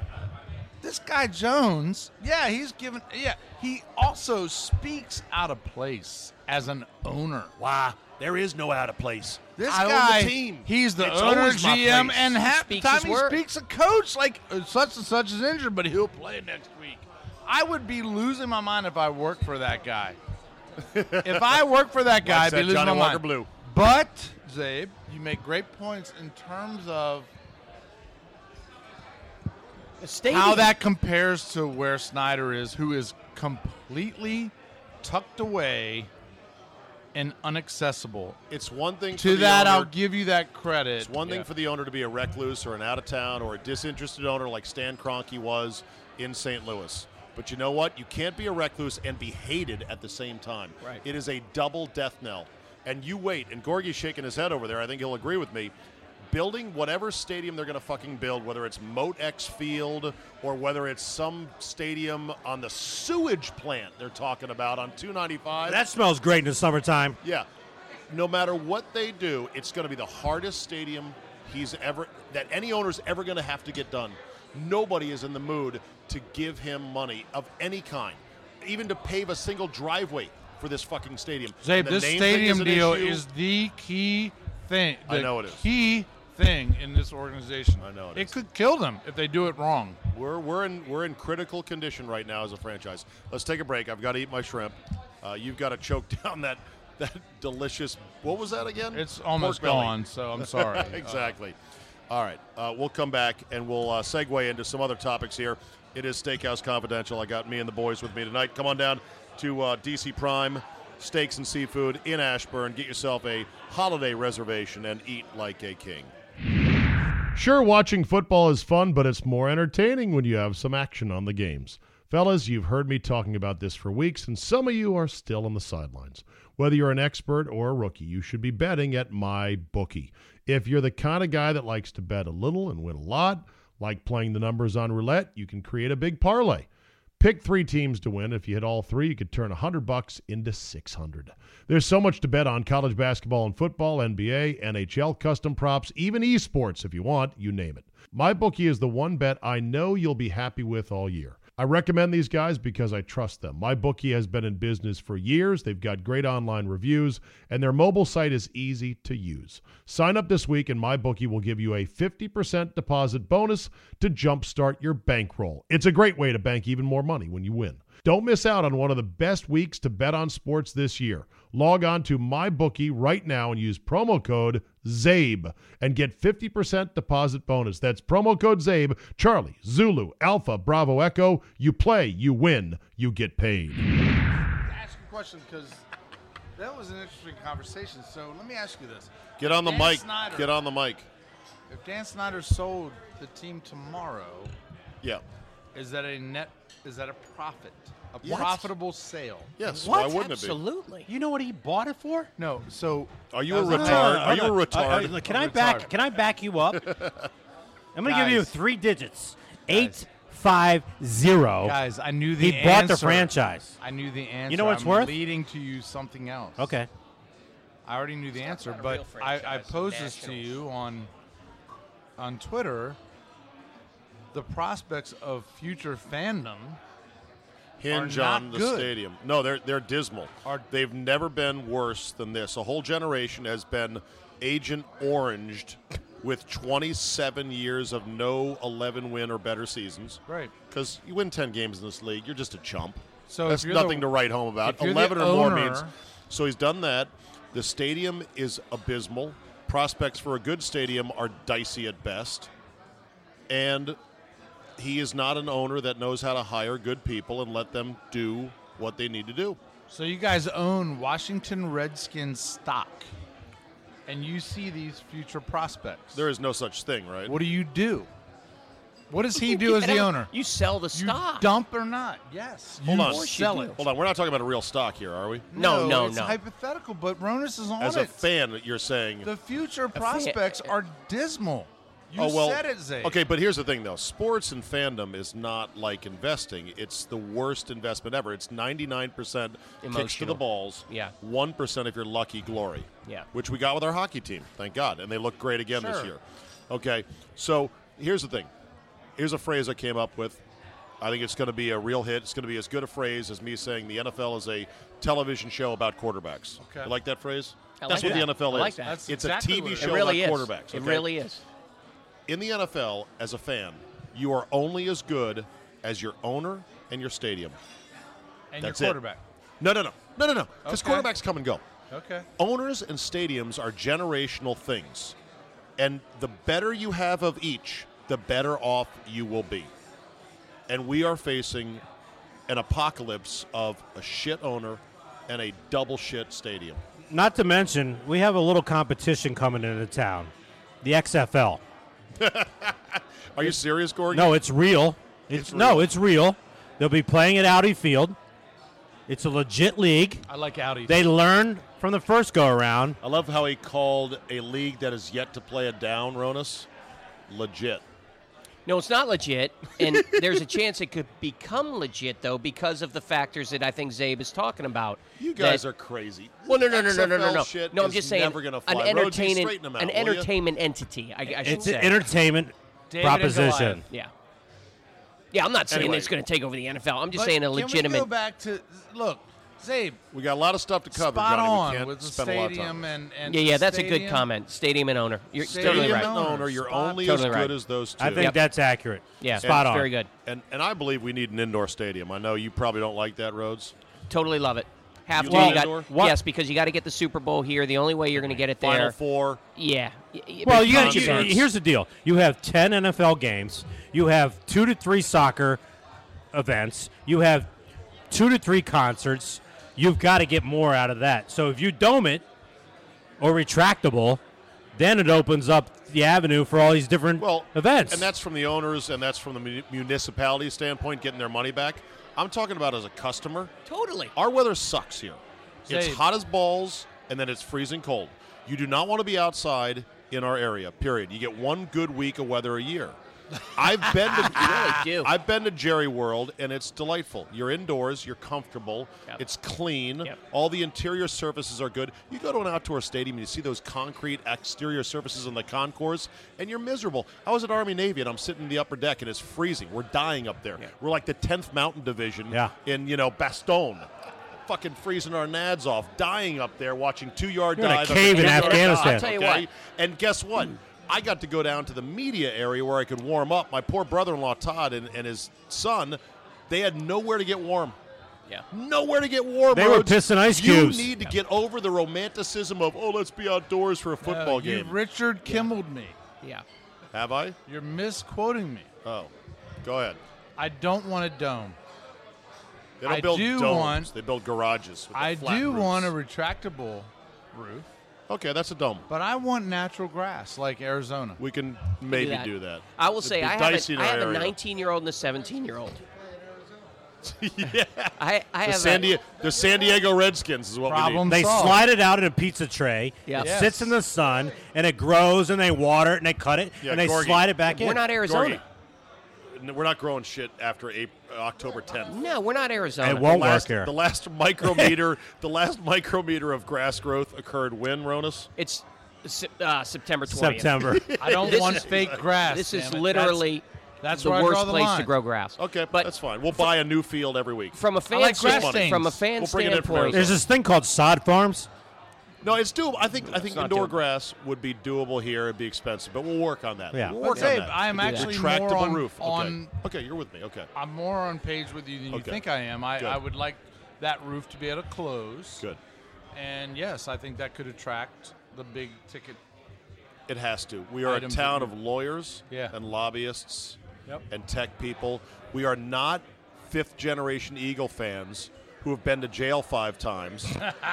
D: this guy Jones. Yeah, he's given. Yeah, he also speaks out of place as an owner.
A: Why? There is no out of place.
D: This
A: I own the
D: guy,
A: team.
D: he's the
A: It's
D: owner,
A: always my
D: GM,
A: place.
D: and half
E: Speaks
D: the
E: his
D: time he
E: word.
D: speaks a coach like uh, such and such is injured, but he'll play next week. I would be losing my mind if I worked for that guy. if I worked for that guy, I'd be
A: said,
D: losing
A: Johnny
D: my
A: Walker
D: mind.
A: Blue.
D: But Zabe, you make great points in terms of
E: Stadium.
D: how that compares to where Snyder is, who is completely tucked away and unaccessible.
A: It's one thing for
D: To
A: the
D: that,
A: owner-
D: I'll give you that credit.
A: It's one thing
D: Yeah.
A: for the owner to be a recluse or an out of town or a disinterested owner like Stan Kroenke was in St. Louis. But you know what? You can't be a recluse and be hated at the same time.
E: Right.
A: It is a double death knell. And you wait, and Gorgie's shaking his head over there. I think he'll agree with me. Building whatever stadium they're going to fucking build, whether it's Moat X Field or whether it's some stadium on the sewage plant they're talking about on 295.
F: That smells great in the summertime.
A: Yeah. No matter what they do, it's going to be the hardest stadium he's ever that any owner's ever going to have to get done. Nobody is in the mood to give him money of any kind, even to pave a single driveway for this fucking stadium.
D: Zabe,
A: And the
D: this
A: name thing
D: stadium
A: an
D: deal
A: issue.
D: is the key thing.
A: I
D: the
A: know it is.
D: Key thing in this organization.
A: I know it
D: It
A: is.
D: could kill them if they do it wrong.
A: We're we're in we're in critical condition right now as a franchise. Let's take a break. I've got to eat my shrimp. Uh, you've got to choke down that that delicious. What was that again?
D: It's almost
A: Pork belly.
D: gone, so I'm sorry.
A: exactly. All right. Uh, we'll come back and we'll uh, segue into some other topics here. It is Steakhouse Confidential. I got me and the boys with me tonight. Come on down to uh, DC Prime Steaks and Seafood in Ashburn. Get yourself a holiday reservation and eat like a king.
H: Sure, watching football is fun, but it's more entertaining when you have some action on the games. Fellas, you've heard me talking about this for weeks, and some of you are still on the sidelines. Whether you're an expert or a rookie, you should be betting at my bookie. If you're the kind of guy that likes to bet a little and win a lot, like playing the numbers on roulette, you can create a big parlay. Pick three teams to win. If you hit all three, you could turn 100 bucks into 600. There's so much to bet on college basketball and football, NBA, NHL, custom props, even esports if you want, you name it. MyBookie is the one bet I know you'll be happy with all year. I recommend these guys because I trust them. MyBookie has been in business for years. They've got great online reviews, and their mobile site is easy to use. Sign up this week, and MyBookie will give you a 50% deposit bonus to jumpstart your bankroll. It's a great way to bank even more money when you win. Don't miss out on one of the best weeks to bet on sports this year. Log on to MyBookie right now and use promo code ZABE and get 50% deposit bonus. That's promo code ZABE, Charlie, Zulu, Alpha, Bravo, Echo. You play, you win, you get paid.
G: ask a question because that was an interesting conversation. So let me ask you this:
A: Get on the
G: Dan
A: mic.
G: Snyder.
A: Get on the mic.
D: If Dan Snyder sold the team tomorrow,
A: Yeah.
D: is that a net? Is that a profit? A
A: Yes.
D: profitable sale?
A: Yes.
E: What?
A: Why wouldn't it
E: Absolutely.
F: You know what he bought it for?
D: No. So
A: be? Are you a
D: No, no,
A: retard?
D: no,
A: Are you a
F: Uh, uh,
A: retard?
F: look, can I
D: I'm
F: back?
D: retarded.
F: Can I back you up? I'm gonna give
D: Guys.
F: you three digits. Eight five zero.
D: guys, I knew the
F: He bought the
D: answer.
F: franchise.
D: I knew the answer.
F: You know what it's
D: I'm
F: worth?
D: Leading to you something else.
F: Okay.
D: I already knew the
E: Let's
D: answer,
E: talk about a
D: but
E: real
D: I, I
E: franchise,
D: posed
E: the
D: this to
E: Nationals.
D: you on on Twitter. The prospects of future fandom.
A: hinge
D: are
A: on
D: not
A: the
D: good.
A: stadium. No, they're they're dismal.
D: Are-
A: They've never been worse than this. A whole generation has been agent oranged with 27 years of no 11 win or better seasons.
D: Right.
A: Because you win 10 games in this league, you're just a chump.
D: So
A: that's
D: if you're the-
A: nothing to write home about.
D: if you're the
A: 11 or more
D: owner-
A: means. So he's done that. The stadium is abysmal. Prospects for a good stadium are dicey at best. And he is not an owner that knows how to hire good people and let them do what they need to do.
D: So you guys own Washington Redskins stock, and you see these future prospects.
A: There is no such thing, right?
D: What do you do? What does he do as
E: You
D: the
E: know,
D: owner?
E: You sell the
D: You
E: stock.
D: dump or not? Yes.
A: Hold
D: you
A: on.
D: sell it.
A: Hold on, we're not talking about a real stock here, are we?
E: No, no,
D: it's
E: no.
D: hypothetical, but Ronas is on
A: As
D: it.
A: a fan, you're saying.
D: the future prospects are dismal. You
A: oh well.
D: said it, Zay.
A: Okay, but here's the thing, though. Sports and fandom is not like investing. It's the worst investment ever. It's 99% kicks to the
E: Emotional.
A: balls.
E: Yeah.
A: 1% if you're lucky, glory.
E: Yeah.
A: Which we got with our hockey team, thank God, and they look great again this
D: Sure.
A: year. Okay, so here's the thing. Here's a phrase I came up with. I think it's going to be a real hit. It's going to be as good a phrase as me saying the NFL is a television show about quarterbacks.
D: Okay.
A: You like that phrase?
E: I
A: That's
E: like
A: what
E: that.
A: the NFL
E: I
A: is.
E: like that. That's
A: It's
D: exactly
A: a TV
D: what it
A: show
E: it really
A: about
E: is.
A: quarterbacks.
E: It
A: okay?
E: really is.
A: in the NFL as a fan, you are only as good as your owner and your stadium.
D: and
A: That's it.
D: your quarterback.
A: No, no, no, no, no, no. Because
D: Okay.
A: quarterbacks come and go.
D: Okay.
A: Owners and stadiums are generational things, and the better you have of each, the better off you will be. And we are facing an apocalypse of a shit owner and a double shit stadium.
F: Not to mention, we have a little competition coming into town, the XFL.
A: Are you serious, Gordon?
F: No, it's real. It's,
A: It's
F: no,
A: real.
F: it's real. They'll be playing at Audi Field. It's a legit league.
D: I like Audi.
F: They learn from the first go around.
A: I love how he called a league that is yet to play a down, Ronus, legit.
E: No, it's not legit, and there's a chance it could become legit though because of the factors that I think Zabe is talking about.
A: You guys
E: That-
A: are crazy.
E: Well, no, no, no, no, no, no,
A: XFL
E: no.
A: Shit
E: no, I'm
A: is
E: just saying
A: never gonna fly. Rhodes,
E: an
A: you
E: entertainment,
A: straighten 'em out,
E: an
A: will ya?
E: entertainment entity. I, I should
F: It's
E: say.
F: an entertainment
D: David and
F: proposition.
D: Goliath.
E: yeah, yeah. I'm not saying
A: Anyway.
E: it's going to take over the NFL. I'm just
D: But
E: saying a
D: Can we
E: legitimate.
D: go back to look, Zabe?
A: We got a lot of stuff to cover.
D: spot
A: Johnny.
D: on
A: we can't
D: with the
A: spend a lot of time.
D: stadium and, and
E: yeah,
D: the
E: yeah. That's a good
D: stadium.
E: comment. Stadium and owner. You're
D: Stadium
E: totally right.
A: Stadium
D: right.
A: owner, you're
D: Spot-
A: only
E: Totally
A: as
E: right.
A: good as those two.
F: I think
E: Yep.
F: that's accurate.
E: Yeah,
F: spot on.
E: Very good.
A: and and I believe we need an indoor stadium. I know you probably don't like that, Rhodes.
E: Totally love it. Have
A: You
E: to.
A: love
E: you
A: indoor?
E: got,
F: What-
E: yes, because you got to get the Super Bowl here. The only way you're going to get it there.
A: Final four.
E: Yeah. Y- y-
F: Well,
E: big
F: you, got- you-
E: concerts.
F: here's the deal: you have ten NFL games, you have two to three soccer events, you have two to three concerts. You've got to get more out of that. So if you dome it or retractable, then it opens up the avenue for all these different
A: Well,
F: events.
A: and that's from the owners, and that's from the mu- municipality standpoint, getting their money back. I'm talking about as a customer.
E: totally.
A: Our weather sucks here. It's
D: Zabe.
A: hot as balls, and then it's freezing cold. You do not want to be outside in our area. Period. You get one good week of weather a year. I've been to
E: do.
A: I've been to Jerry World, and it's delightful. You're indoors, you're comfortable,
E: Yep.
A: it's clean.
E: Yep.
A: All the interior surfaces are good. You go to an outdoor stadium, and you see those concrete exterior surfaces on the concourse, and you're miserable. I was at Army Navy, and I'm sitting in the upper deck, and it's freezing. We're dying up there. We're like the 10th Mountain Division
F: Yeah.
A: in you know Bastogne. Fucking freezing our nads off, dying up there watching two yard
F: You're in a
A: dive.
F: cave in
A: Two-yard
F: Afghanistan.
A: dive,
F: I'll
E: tell you
A: okay?
E: what.
A: And guess what? I got to go down to the media area where I could warm up. My poor brother in law, Todd, and, and his son, they had nowhere to get warm.
E: Yeah.
A: Nowhere to get warm.
F: They were
A: Rhodes.
F: pissing ice
A: you
F: cubes.
A: You need to get over the romanticism of, oh, let's be outdoors for a Uh, football
D: No,
A: game.
D: You Richard Kimmeled me.
E: Yeah.
A: Have I?
D: You're misquoting me.
A: Oh. Go ahead.
D: I don't want a dome.
A: They don't
D: I
A: build
D: do
A: domes.
D: want-
A: they build garages. With the
D: I
A: flat
D: do
A: roofs.
D: want a retractable roof,
A: Okay, that's a dome.
D: but I want natural grass like Arizona.
A: We can maybe
E: that.
A: do that.
E: I will
A: It'd
E: say
A: be
E: I have,
A: dicey
E: a,
A: in
E: I
A: our
E: have a
A: area.
E: 19 year old and a 17 year old. yeah. I, I
A: The
E: have
A: San,
E: a-
A: Diego, the San Diego Redskins is what we
D: Problem
A: need.
F: they
D: solved.
F: slide it out in a pizza tray.
E: Yeah.
F: It
E: Yes.
F: sits in the sun, and it grows, and they water it, and they cut it,
A: Yeah,
F: and they
A: Gorgie.
F: slide it back in.
E: We're not Arizona.
A: Gorgie, We're not growing shit after April, October 10th.
E: No, we're not Arizona.
F: It won't work
A: Last,
F: here.
A: the last micrometer, the last micrometer of grass growth occurred when Ronus.
E: It's Sep- uh, September 20th.
F: September.
D: I don't
E: This
D: want
E: is-
D: fake grass.
E: This
D: damn
E: is
D: it.
E: literally
D: that's
E: the
D: where I
E: worst
D: draw the
E: place to
D: line.
E: grow grass.
A: Okay,
E: but
A: that's fine. We'll buy a new field every week.
E: From a fan
D: like grass
E: standpoint,
D: stains.
E: from a fan
A: We'll bring it in from
E: standpoint,
F: There's this thing called sod farms.
A: No, it's doable. I think I think
E: not
A: indoor
E: doable.
A: grass would be doable here. It'd be expensive, but we'll work on that.
F: Yeah.
A: We'll
D: But
A: work on
D: Dave,
A: that.
D: I am
A: We'll do that.
D: actually
A: retractable
D: more on-
A: roof. Okay.
D: on-
A: okay, you're with me. Okay,
D: I'm more on page with you than you
A: Okay.
D: think I am. I,
A: Good.
D: I would like that roof to be at a close.
A: good.
D: And yes, I think that could attract the big ticket.
A: It has to. We are a
D: Items that
A: town
D: we-
A: of lawyers
D: Yeah.
A: and lobbyists
D: Yep.
A: and tech people. We are not fifth generation Eagle fans who have been to jail five times,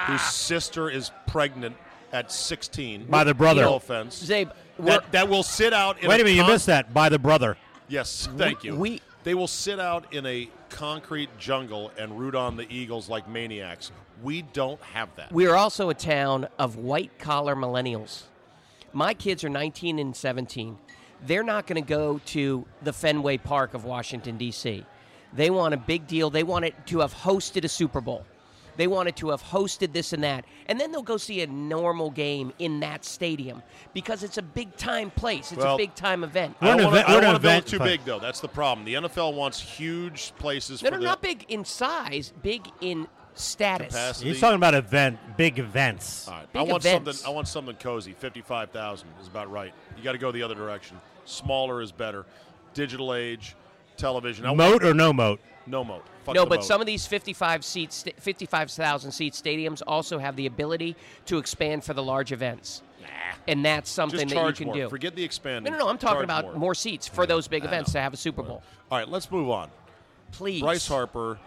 A: whose sister is pregnant at 16.
F: By the brother.
A: No offense.
E: Zabe, we're-
A: that, that will sit out in
F: Wait a minute, you
A: con-
F: missed that by the brother.
A: Yes, thank you.
E: we-
A: they will sit out in a concrete jungle and root on the Eagles like maniacs. We don't have that.
E: we are also a town of white collar millennials. My kids are 19 and 17. They're not going to go to the Fenway Park of Washington, D.C. They want a big deal. They want it to have hosted a Super Bowl. They wanted to have hosted this and that. And then they'll go see a normal game in that stadium because it's a big time place. It's
A: Well,
E: a big time event.
A: I don't
F: We're an
A: wanna-
F: event-
A: I
F: we're
A: don't
F: an
A: want to build
F: event
A: too
F: fan.
A: big, though. That's the problem. The NFL wants huge places
E: No,
A: for
E: no,
A: the
E: not big in size, big in status.
A: capacity.
F: He's talking about event, big events.
A: All right.
E: Big
A: I want
E: events.
A: something. I want something cozy. Fifty-five thousand is about right. You got to go the other direction. Smaller is better. Digital age, television. I want,
F: Moat or no moat?
A: No mo. Fuck
E: no,
A: the
E: but
A: moat.
E: some of these 55 seats, sta- 55,000 seat stadiums also have the ability to expand for the large events. And that's something
A: Just
E: that you
A: charge
E: can
A: more.
E: do.
A: Forget the expanding.
E: no, no, no. I'm talking
A: Charge
E: about more. seats for those big
A: I
E: events
A: know.
E: to have a Super Bowl.
A: All right, let's move on.
E: Please.
A: Bryce Harper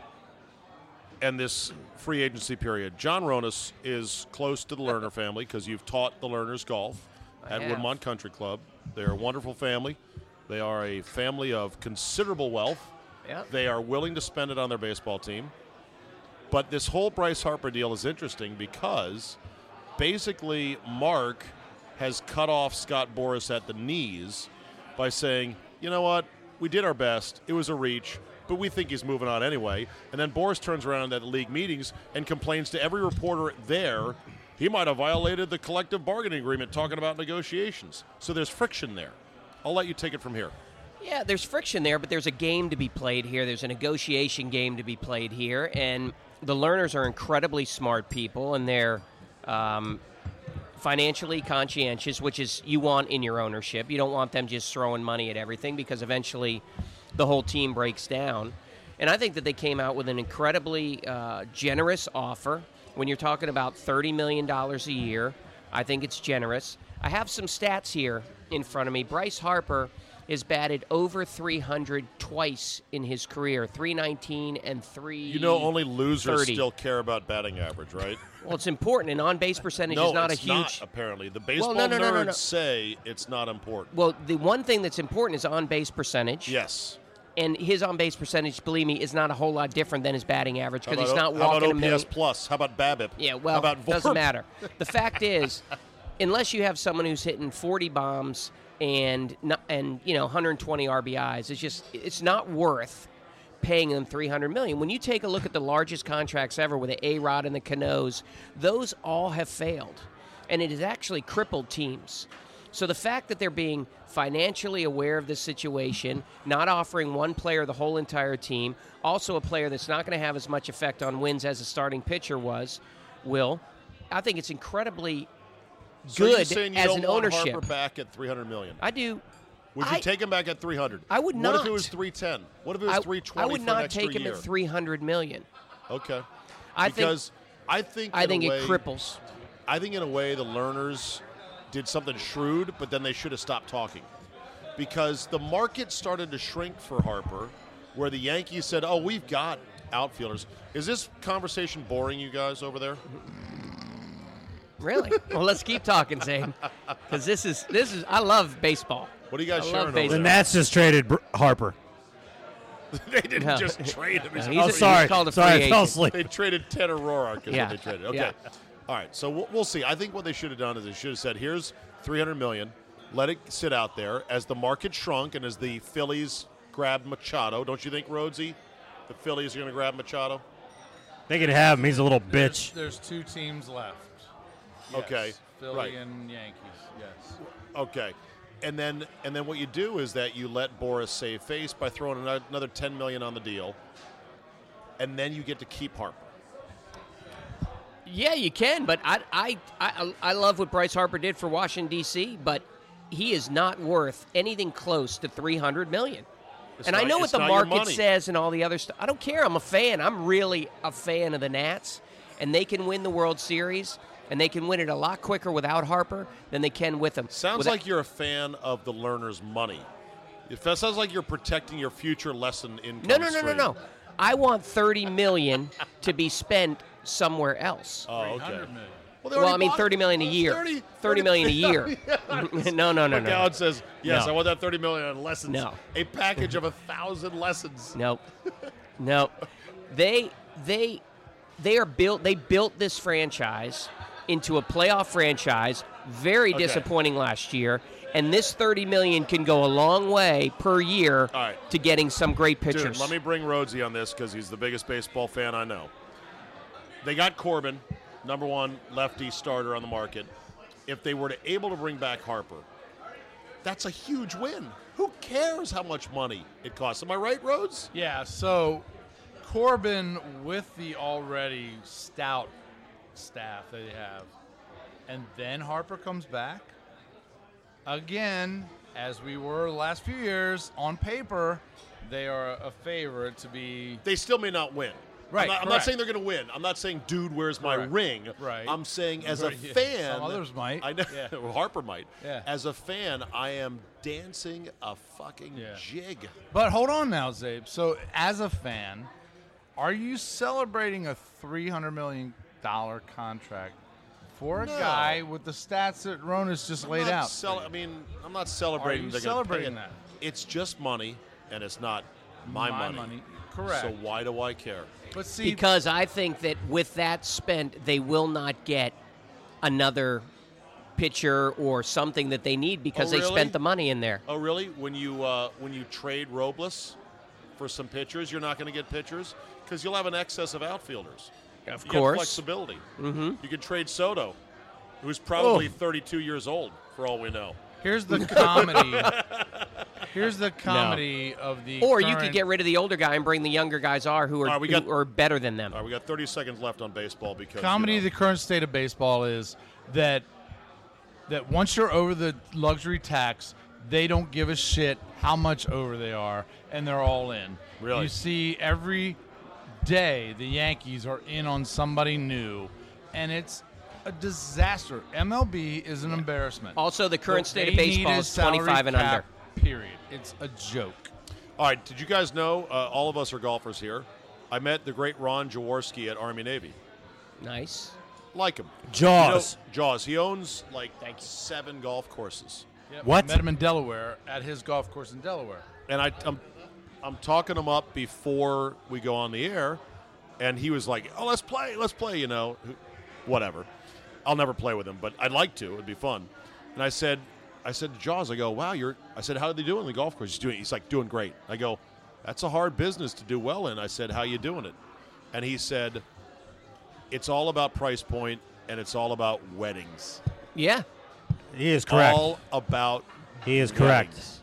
A: and this free agency period. John Ronas is close to the Lerner family because you've taught the Lerners golf
E: I
A: at
E: have.
A: Woodmont Country Club. They're a wonderful family. They are a family of considerable wealth.
E: Yep.
A: They are willing to spend it on their baseball team. But this whole Bryce Harper deal is interesting because basically Mark has cut off Scott Boris at the knees by saying, you know what, we did our best, it was a reach, but we think he's moving on anyway. And then Boris turns around at the league meetings and complains to every reporter there he might have violated the collective bargaining agreement talking about negotiations. So there's friction there. I'll let you take it from here.
E: Yeah, there's friction there, but there's a game to be played here. There's a negotiation game to be played here, and the learners are incredibly smart people, and they're um, financially conscientious, which is you want in your ownership. You don't want them just throwing money at everything because eventually the whole team breaks down. And I think that they came out with an incredibly uh, generous offer. When you're talking about $30 million a year, I think it's generous. I have some stats here in front of me. Bryce Harper has batted over 300 twice in his career 319 and 3
A: You know, only losers
E: 30.
A: still care about batting average, right?
E: well it's important and on base percentage
A: no,
E: is not
A: it's
E: a huge
A: not, apparently. The baseball
E: no, no,
A: nerds
E: no, no, no.
A: say it's not important.
E: Well, the one thing that's important is on base percentage.
A: Yes.
E: And his on base percentage, believe me, is not a whole lot different than his batting average
A: How
E: because he's
A: about O-
E: not walking
A: How
E: a
A: about
E: million.
A: OPS plus? How about BABIP?
E: Yeah,
A: how
E: well,
A: about
E: doesn't
A: VORP?
E: matter. The fact is, unless you have someone who's hitting 40 bombs and not, and you know 120 RBIs, it's just it's not worth paying them 300 million. When you take a look at the largest contracts ever with the A-Rod and the Canoes, those all have failed. And it has actually crippled teams. So the fact that they're being financially aware of the situation, not offering one player the whole entire team, also a player that's not going to have as much effect on wins as a starting pitcher was, will, I think it's incredibly
A: So you're
E: good
A: saying you
E: as
A: don't
E: an
A: want
E: ownership.
A: Harper back at 300 million.
E: I do.
A: Would you
E: I-
A: take him back at 300?
E: I would
A: What if it
E: not.
A: was 310? What if it was
E: I,
A: 320
E: I
A: for
E: would
A: an
E: not
A: extra
E: take him
A: year?
E: at 300 million.
A: Okay.
E: I think-
A: because I think
E: I
A: in a
E: think
A: way-
E: it cripples.
A: I think in a way the learners did something shrewd, but then they should have stopped talking because the market started to shrink for Harper, where the Yankees said, "Oh, we've got outfielders." Is this conversation boring you guys over there?
E: Really? well, let's keep talking, Zane, because this is this is. I love baseball.
A: What are you guys
E: I love
A: sharing
E: baseball.
A: over
F: The
A: there?
F: Nats just traded Br- Harper.
A: they didn't
E: No.
A: just trade him. He's
E: No,
A: a
E: he's
F: Oh,
E: a-
F: sorry.
E: called a
F: sorry,
E: free
F: I fell
E: agent.
F: asleep.
A: They traded Ted Aurora because
E: Yeah.
A: they traded. Okay.
E: Yeah.
A: All right. So we'll, we'll see. I think what they should have done is they should have said, "Here's 300 million. Let it sit out there." As the market shrunk and as the Phillies grabbed Machado, don't you think, Rhodesy? The Phillies are going to grab Machado.
F: They could have him. He's a little
D: There's,
F: bitch.
D: there's two teams left.
A: Okay,
D: Yes, Philly
A: right.
D: and Yankees. Yes.
A: Okay. And then and then what you do is that you let Boris save face by throwing ano- another 10 million on the deal, and then you get to keep Harper.
E: Yeah, you can, but I I, I I love what Bryce Harper did for Washington D.C., but he is not worth anything close to three hundred million.
A: It's
E: and I
A: not-
E: know
A: it's
E: what
A: not
E: the
A: your
E: market
A: money.
E: says and all the other stuff. I don't care. I'm a fan. I'm really a fan of the Nats, and they can win the World Series, and they can win it a lot quicker without Harper than they can with him.
A: Sounds
E: Without-
A: like you're a fan of the learner's money. It fe- sounds like you're protecting your future lesson income.
E: no, no, no, no,
A: stream.
E: no. I want thirty million to be spent somewhere else.
A: Oh, okay.
D: 300 million.
A: Well, they
E: well,
A: already
E: I mean,
A: bought
E: thirty million a
A: it.
E: year.
A: 30,
E: thirty million a year. no, no, no, no.
A: McGowan
E: no.
A: says, "Yes,
F: No.
A: I want that thirty million in lessons.
E: No.
A: A package of a thousand lessons.
E: Nope. nope. They they they are built they built this franchise into a playoff franchise. Very
A: Okay.
E: disappointing last year. And this thirty million can go a long way per year
A: All right.
E: to getting some great
A: Dude,
E: pitchers.
A: let me bring Rhodesy on this because he's the biggest baseball fan I know. They got Corbin, number one lefty starter on the market. If they were to able to bring back Harper, that's a huge win. Who cares how much money it costs? Am I right, Rhodes?
D: Yeah, so Corbin with the already stout staff that they have, and then Harper comes back. Again, as we were the last few years, on paper, they are a favorite to be.
A: They still may not win.
D: Right,
A: I'm not, I'm not
D: correct.
A: saying they're going to win. I'm not saying, dude, where's my
D: Correct.
A: ring?
D: Right.
A: I'm saying, as a
D: Right, yeah.
A: fan,
D: Some others might.
A: I know.
D: Yeah.
A: well, Harper might.
D: Yeah.
A: As a fan, I am dancing a fucking
D: Yeah.
A: jig.
D: But hold on now, Zabe. So, as a fan, are you celebrating a $300 million contract for a
A: No.
D: guy with the stats that Ronas just laid
A: I'm not
D: out?
A: cele- I mean, I'm not celebrating.
D: Are you
A: they're gonna pay
D: celebrating
A: it.
D: that?
A: It's just money, and it's not my,
D: My money. Correct.
A: So why do I care?
D: but see,
E: because I think that with that spent, they will not get another pitcher or something that they need because
A: Oh,
E: they
A: really?
E: spent the money in there.
A: Oh, really? When you uh, when you trade Robles for some pitchers, you're not going to get pitchers because you'll have an excess of outfielders.
E: Of
A: You get
E: course.
A: flexibility. Mm-hmm. You could trade Soto, who's probably
D: Oh.
A: 32 years old for all we know.
D: here's the comedy. here's the comedy of the.
E: Or you could
D: current-
E: get rid of the older guy and bring the younger guys are who are,
A: All right, we got-
E: who are better than them.
A: All right, we got 30 seconds left on baseball because
D: comedy
A: You
D: of the current state of baseball is that that once you're over the luxury tax they don't give a shit how much over they are and they're all in
A: Really?
D: you see every day the yankees are in on somebody new and it's a disaster mlb is an embarrassment
E: Also, the current
D: What
E: state of
D: they need
E: baseball is
D: salary
E: 25 and
D: cap,
E: under.
D: period it's a joke
A: know. all right, did you guys know uh, all of us are golfers here? I met the great Ron Jaworski at Army Navy.
E: Nice.
A: Like him.
F: Jaws.
A: You know- Jaws. He owns like seven golf courses.
D: Yep,
F: What?
D: I met him in delaware at his golf course in delaware
A: and I, I'm, I'm talking him up before we go on the air, and he was like, "Oh, let's play, let's play," you know, whatever. I'll never play with him, but I'd like to. It'd be fun. And I said, I said to Jaws, I go, "Wow, you're," I said, "How are they doing in the golf course?" He's doing. He's like, "Doing great." I go, "That's a hard business to do well in." I said, "How you doing it?" And he said, "It's all about price point, and it's all about weddings.
E: Yeah.
F: He is correct.
A: All about
F: he is correct.
A: weddings."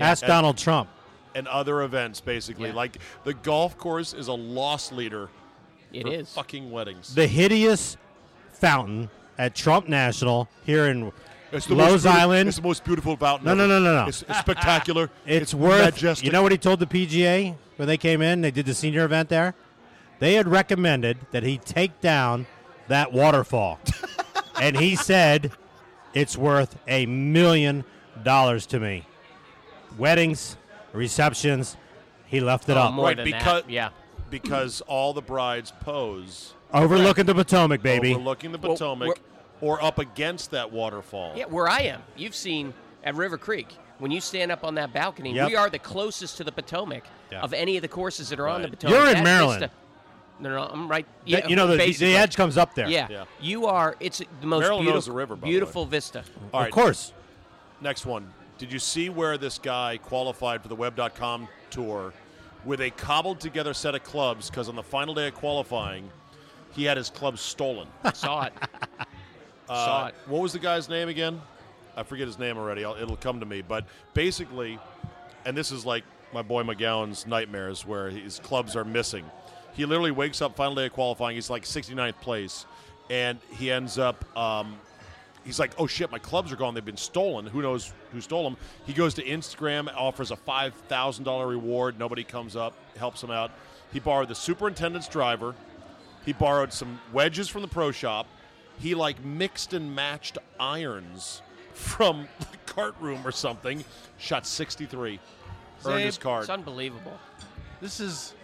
F: Ask
A: And-
F: Donald Trump.
A: and other events, basically.
E: Yeah.
A: Like the golf course is a loss leader
E: It
A: for
E: is.
A: fucking weddings.
F: The hideous fountain at Trump National here in
A: It's the most
F: Lowe's
A: beauti-
F: Island.
A: It's the most beautiful fountain.
F: No, no,
A: ever.
F: no, no, no.
A: It's, it's spectacular.
F: It's worth.
A: majestic.
F: You know what he told the PGA when they came in? They did the senior event there. They had recommended that he take down that waterfall, and he said it's worth a million dollars to me. Weddings, receptions, he left it
E: Oh,
F: up,
E: more
A: Right,
E: than
A: because-
E: that. Yeah.
A: because all the brides pose
F: overlooking the Potomac, baby.
A: overlooking the
E: Well,
A: Potomac or up against that waterfall.
E: Yeah, where I am. You've seen at River Creek. When you stand up on that balcony,
F: Yep.
E: we are the closest to the Potomac
F: Yeah.
E: of any of the courses that are on the
A: Right.
E: Potomac.
F: You're in
E: That
F: Maryland.
E: vista- No, no, I'm right.
F: Th-
E: Yeah,
F: you know the,
E: basically.
F: the edge comes up there.
E: Yeah.
A: Yeah.
E: you are. It's the most
A: Maryland knows
E: beautiful,
A: the river, by the way.
E: beautiful vista.
A: All right,
F: of course.
A: next one. Did you see where this guy qualified for the web.com tour with a cobbled together set of clubs because on the final day of qualifying, he had his clubs stolen?
E: I saw it. saw
A: Uh,
E: it.
A: What was the guy's name again? I forget his name already. I'll, it'll come to me. But basically, and this is like my boy McGowan's nightmares where his clubs are missing. He literally wakes up final day of qualifying. He's like 69th place, and he ends up. Um, he's like, "Oh shit, my clubs are gone. They've been stolen. Who knows who stole them?" He goes to Instagram, offers a five thousand dollar reward. Nobody comes up, helps him out. He borrowed the superintendent's driver. He borrowed some wedges from the pro shop. He like mixed and matched irons from the cart room or something. Shot 63. Earned
D: Zabe,
A: his card.
E: It's unbelievable.
D: this is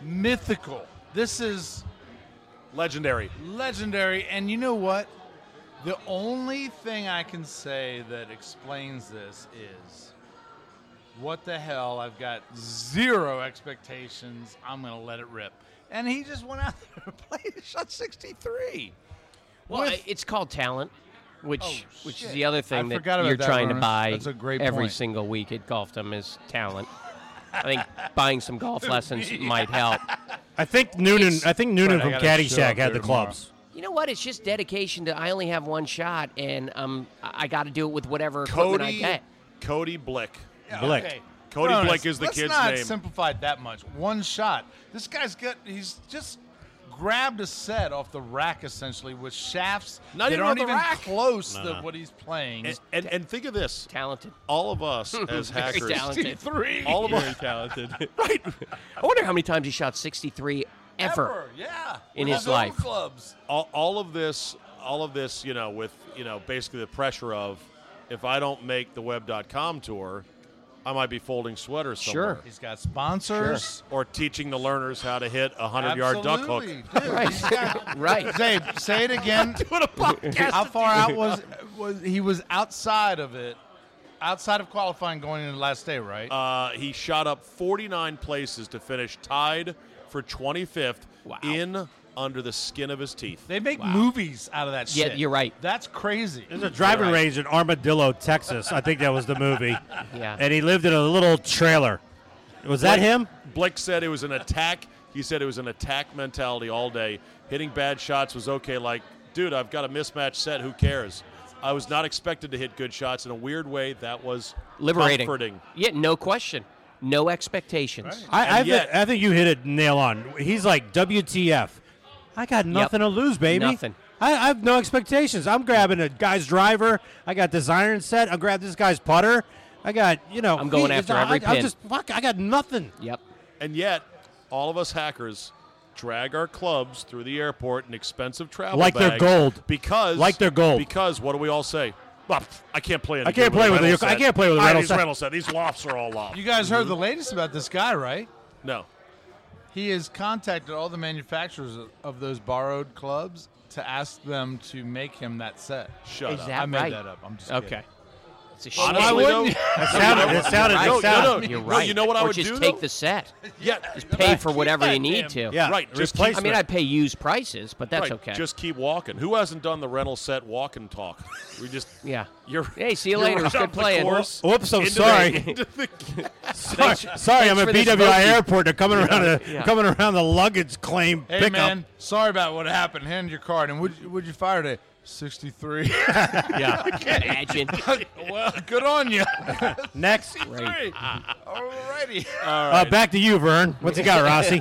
D: mythical this is
A: Legendary.
D: legendary. And you know what? The only thing I can say that explains this is what the hell? I've got zero expectations. I'm going to let it rip. And he just went out there and played and shot 63.
E: Well,
D: With-
E: I- it's called talent, which
D: Oh,
E: which is
D: shit.
E: the other thing
D: I
E: that
D: forgot about
E: you're
D: that,
E: trying to
D: Ronan.
E: buy
D: That's a great
E: every
D: point.
E: single week at Golfdom is talent. I think buying some golf lessons might help.
F: I think Noonan. I think Noonan
D: Right, I
F: from
D: gotta show up
F: Caddyshack had
D: there
F: the
D: tomorrow.
F: clubs.
E: You know what? It's just dedication to I only have one shot, and um, I got to do it with whatever equipment I
A: Cody
E: get.
A: Cody Blick.
D: Yeah,
F: Blick.
A: Cody
D: Ronas,
A: Blick is the
D: let's
A: kid's
D: not
A: name.
D: simplify it that much. One shot. This guy's got, he's just grabbed a set off the rack essentially with shafts
A: Not
D: that
A: even
D: aren't
A: off the
D: even
A: rack.
D: close
F: No,
D: to
F: no.
D: what he's playing.
A: And, and, and think of this:
E: Talented.
A: all of us as
E: Very
A: hackers,
E: talented.
D: Three
A: all of us,
I: Very talented.
E: I wonder how many times he shot 63 ever.
D: yeah,
E: in
D: with
E: his
D: own
E: life.
D: clubs.
A: all, all of this, all of this, you know, with you know, basically the pressure of if I don't make the web.com tour, I might be folding sweaters somewhere.
D: He's got sponsors.
A: Or teaching the learners how to hit a hundred yard duck hook.
D: Absolutely, dude. He's got-
E: Right.
D: Zabe, say it again. How far out was was he was outside of it, outside of qualifying going into the last day, right?
A: Uh, he shot up 49 places to finish tied for 25th
E: Wow.
A: in under the skin of his teeth.
D: they make movies out of that
E: Yeah,
D: shit.
E: you're right.
D: That's crazy.
F: There's a driving range in Armadillo, Texas. I think that was the movie.
E: Yeah.
F: And he lived in a little trailer. Was that him?
A: Blake said it was an attack. He said it was an attack mentality all day. Hitting bad shots was okay. Like, dude, I've got a mismatch set. Who cares? I was not expected to hit good shots. In a weird way, that was
E: Liberating.
A: comforting.
E: Yeah, no question. No expectations.
F: I, I,
A: And yet-
F: thi- I think you hit it nail on. He's like, WTF. I got nothing to lose, baby.
E: Nothing.
F: I, I have no expectations. I'm grabbing a guy's driver. I got this iron set. I grab this guy's putter. I got, you know,
E: I'm going
F: he-
E: after
F: I,
E: every
F: I, am
E: pin.
F: just, fuck, I got nothing.
E: Yep.
A: And yet, all of us hackers drag our clubs through the airport in expensive travel
F: Like they're
A: bags
F: gold.
A: because
F: Like they're gold.
A: because what do we all say? "Well, pff, I can't play. in
F: I
A: the game
F: can't play with
A: a
F: a-
A: rental
F: I
A: set.
F: can't play with a
A: I
F: rental
A: need
F: set."
A: rental set. These lofts are all lofts.
D: You guys
E: Mm-hmm.
D: heard the latest about this guy, right?
A: no,
D: He has contacted all the manufacturers of- of those borrowed clubs to ask them to make him that set.
A: shut
E: Is
A: up.
E: that
D: I made
E: right?
D: that up. I'm just kidding.
E: Okay. It's a shame.
A: Honestly, though,
F: It sounded, it sounded,
A: No, no,
F: it sounded.
A: no,
E: You're
A: no,
E: right.
A: you know what I
E: or
A: would
E: just
A: do,
E: take
A: though?
E: the set.
A: yeah,
E: Pay for whatever you need to.
F: Yeah,
A: Right, just keep-
E: I mean, I'd pay used prices, but that's
A: right,
E: okay.
A: Just keep walking. Who hasn't done the rental set walk and talk? We just
E: yeah.
A: You're
E: Hey, see you later. It was
A: right
E: good
A: up the
E: playing.
A: course.
F: Whoops, I'm
A: into
F: sorry.
A: The, into the-
F: sorry, sorry, I'm
E: thanks
F: at
E: for this
F: BWI
E: monkey.
F: airport. They're coming around the
E: Yeah.
F: coming around the luggage claim
D: Hey
F: pickup.
D: man, sorry about what happened. Hand your card and would would you fire today? Sixty three.
E: Yeah. Imagine.
D: well, good on you.
F: Next,
E: Right.
D: Alrighty.
E: Um,
F: uh, back to you, Vern. What's he got, Rossi?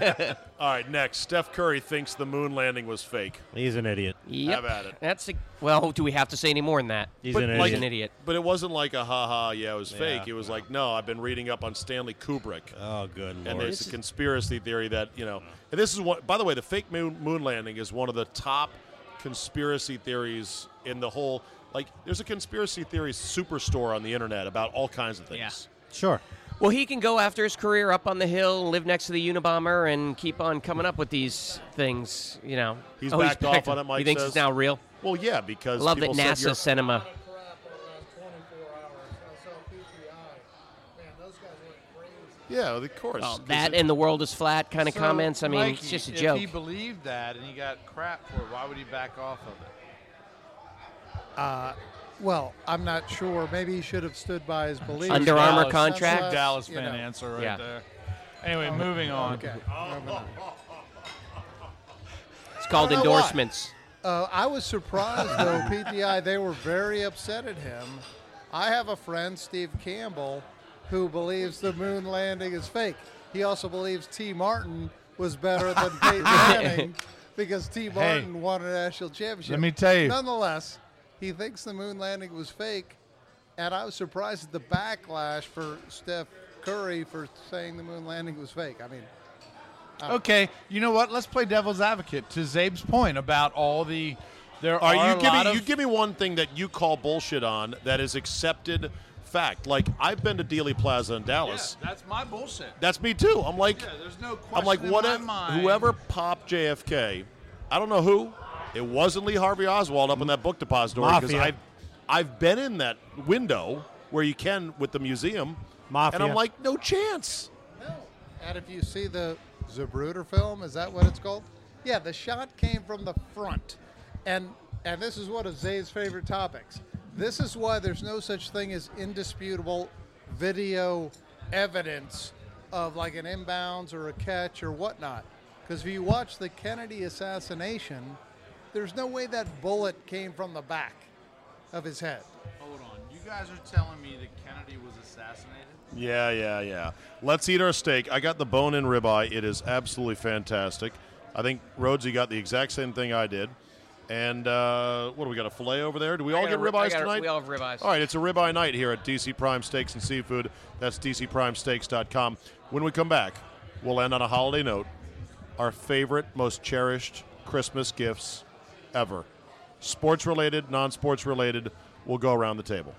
A: all right, next. Steph Curry thinks the moon landing was fake.
F: He's an idiot.
E: Yep.
A: about it?
E: That's a, well. Do we have to say any more than that?
F: He's
A: But
F: an
A: like-
F: idiot.
E: an idiot.
A: But it wasn't like a ha ha, yeah, it was fake. It was like, no, I've been reading up on Stanley Kubrick.
F: Oh, good
A: and
F: lord.
A: there's a conspiracy theory that, you know, and this is what, by the way, the fake moon, moon landing is one of the top conspiracy theories in the whole, like, there's a conspiracy theory superstore on the internet about all kinds of things.
F: Sure.
E: Well, he can go after his career up on the hill, live next to the Unabomber, and keep on coming up with these things. You know,
A: He's
E: Oh,
A: backed off on it, Mike
E: He thinks
A: says.
E: it's now real.
A: Well, yeah, because
E: Love that
A: people said you're-
E: NASA sent him a.
A: Yeah, of course.
E: Oh,
A: 'cause
E: that
A: it-
E: and the world is flat kind of
D: So,
E: comments. I mean, it's
D: Mikey,
E: just a
D: If
E: joke.
D: he believed that and he got crap for it, why would he back off of it?
G: Well, I'm not sure. Maybe he should have stood by his beliefs.
E: Under Armour
D: Dallas-
E: contract?
G: That's, uh,
D: Dallas
G: you
D: fan
G: know.
D: answer right
E: Yeah.
D: there. Anyway, moving on.
G: Okay.
E: It's called
G: I don't know why.
E: endorsements.
G: Uh, I was surprised though. PTI, they were very upset at him. I have a friend, Steve Campbell, who believes the moon landing is fake. He also believes T. Martin was better than Peyton Manning because T. Martin won a national championship.
D: Let me tell you.
G: Nonetheless, he thinks the moon landing was fake, and I was surprised at the backlash for Steph Curry for saying the moon landing was fake. I mean,
E: Oh.
D: Okay, you know what? Let's play devil's advocate to Zabe's point about all the. There
A: All
D: are,
A: right, you
D: a
A: give me
D: lot of-
A: you give me one thing that you call bullshit on that is accepted fact. Like I've been to Dealey Plaza in
D: Yeah,
A: Dallas.
D: that's my bullshit.
A: That's me too. I'm like,
D: Yeah, there's no question.
A: I'm like,
D: in
A: what
D: my
A: if
D: mind.
A: whoever popped JFK? I don't know who. It wasn't Lee Harvey Oswald up in that book depository because
F: Mafia.
A: I've I've been in that window where you can with the museum, and
F: Mafia.
A: I'm like, no chance.
G: No. And if you see the Zabruder film, is that what it's called? Yeah, the shot came from the front. And and this is one of Zay's favorite topics. This is why there's no such thing as indisputable video evidence of like an inbounds or a catch or whatnot. Because if you watch the Kennedy assassination, there's no way that bullet came from the back of his head.
D: Hold on. You guys are telling me that Kennedy was assassinated?
A: Yeah, yeah, yeah. Let's eat our steak. I got the bone in ribeye. It is absolutely fantastic. I think Rhodesy got the exact same thing I did. And uh, what do we got? A fillet over there? Do we all
E: got a
A: get
E: ri- I
A: ribeyes
E: got a-
A: tonight?
E: we all have ribeyes.
A: All right, it's a ribeye night here at DC Prime Steaks and Seafood. That's DCPrimeSteaks.com. When we come back, we'll end on a holiday note. Our favorite, most cherished Christmas gifts ever. Sports related, non sports related. We'll go around the table.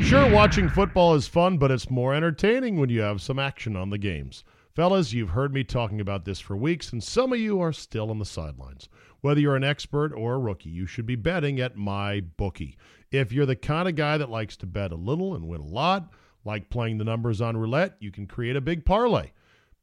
H: Sure, watching football is fun, but it's more entertaining when you have some action on the games. Fellas, you've heard me talking about this for weeks, and some of you are still on the sidelines. Whether you're an expert or a rookie, you should be betting at my bookie. If you're the kind of guy that likes to bet a little and win a lot, like playing the numbers on roulette, you can create a big parlay.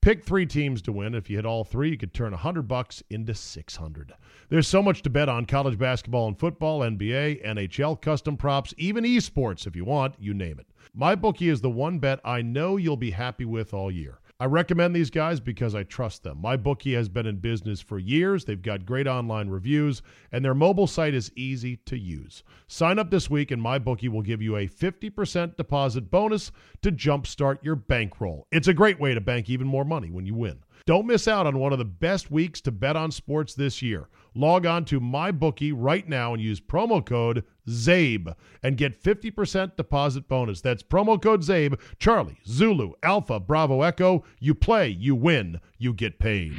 H: Pick three teams to win. If you hit all three, you could turn 100 bucks into 600. There's so much to bet on college basketball and football, NBA, NHL, custom props, even esports if you want, you name it. MyBookie is the one bet I know you'll be happy with all year. I recommend these guys because I trust them. MyBookie has been in business for years. They've got great online reviews, and their mobile site is easy to use. Sign up this week, and MyBookie will give you a 50% deposit bonus to jumpstart your bankroll. It's a great way to bank even more money when you win. Don't miss out on one of the best weeks to bet on sports this year. Log on to MyBookie right now and use promo code ZABE and get 50% deposit bonus. That's promo code ZABE, Charlie, Zulu, Alpha, Bravo, Echo. You play, you win, you get paid.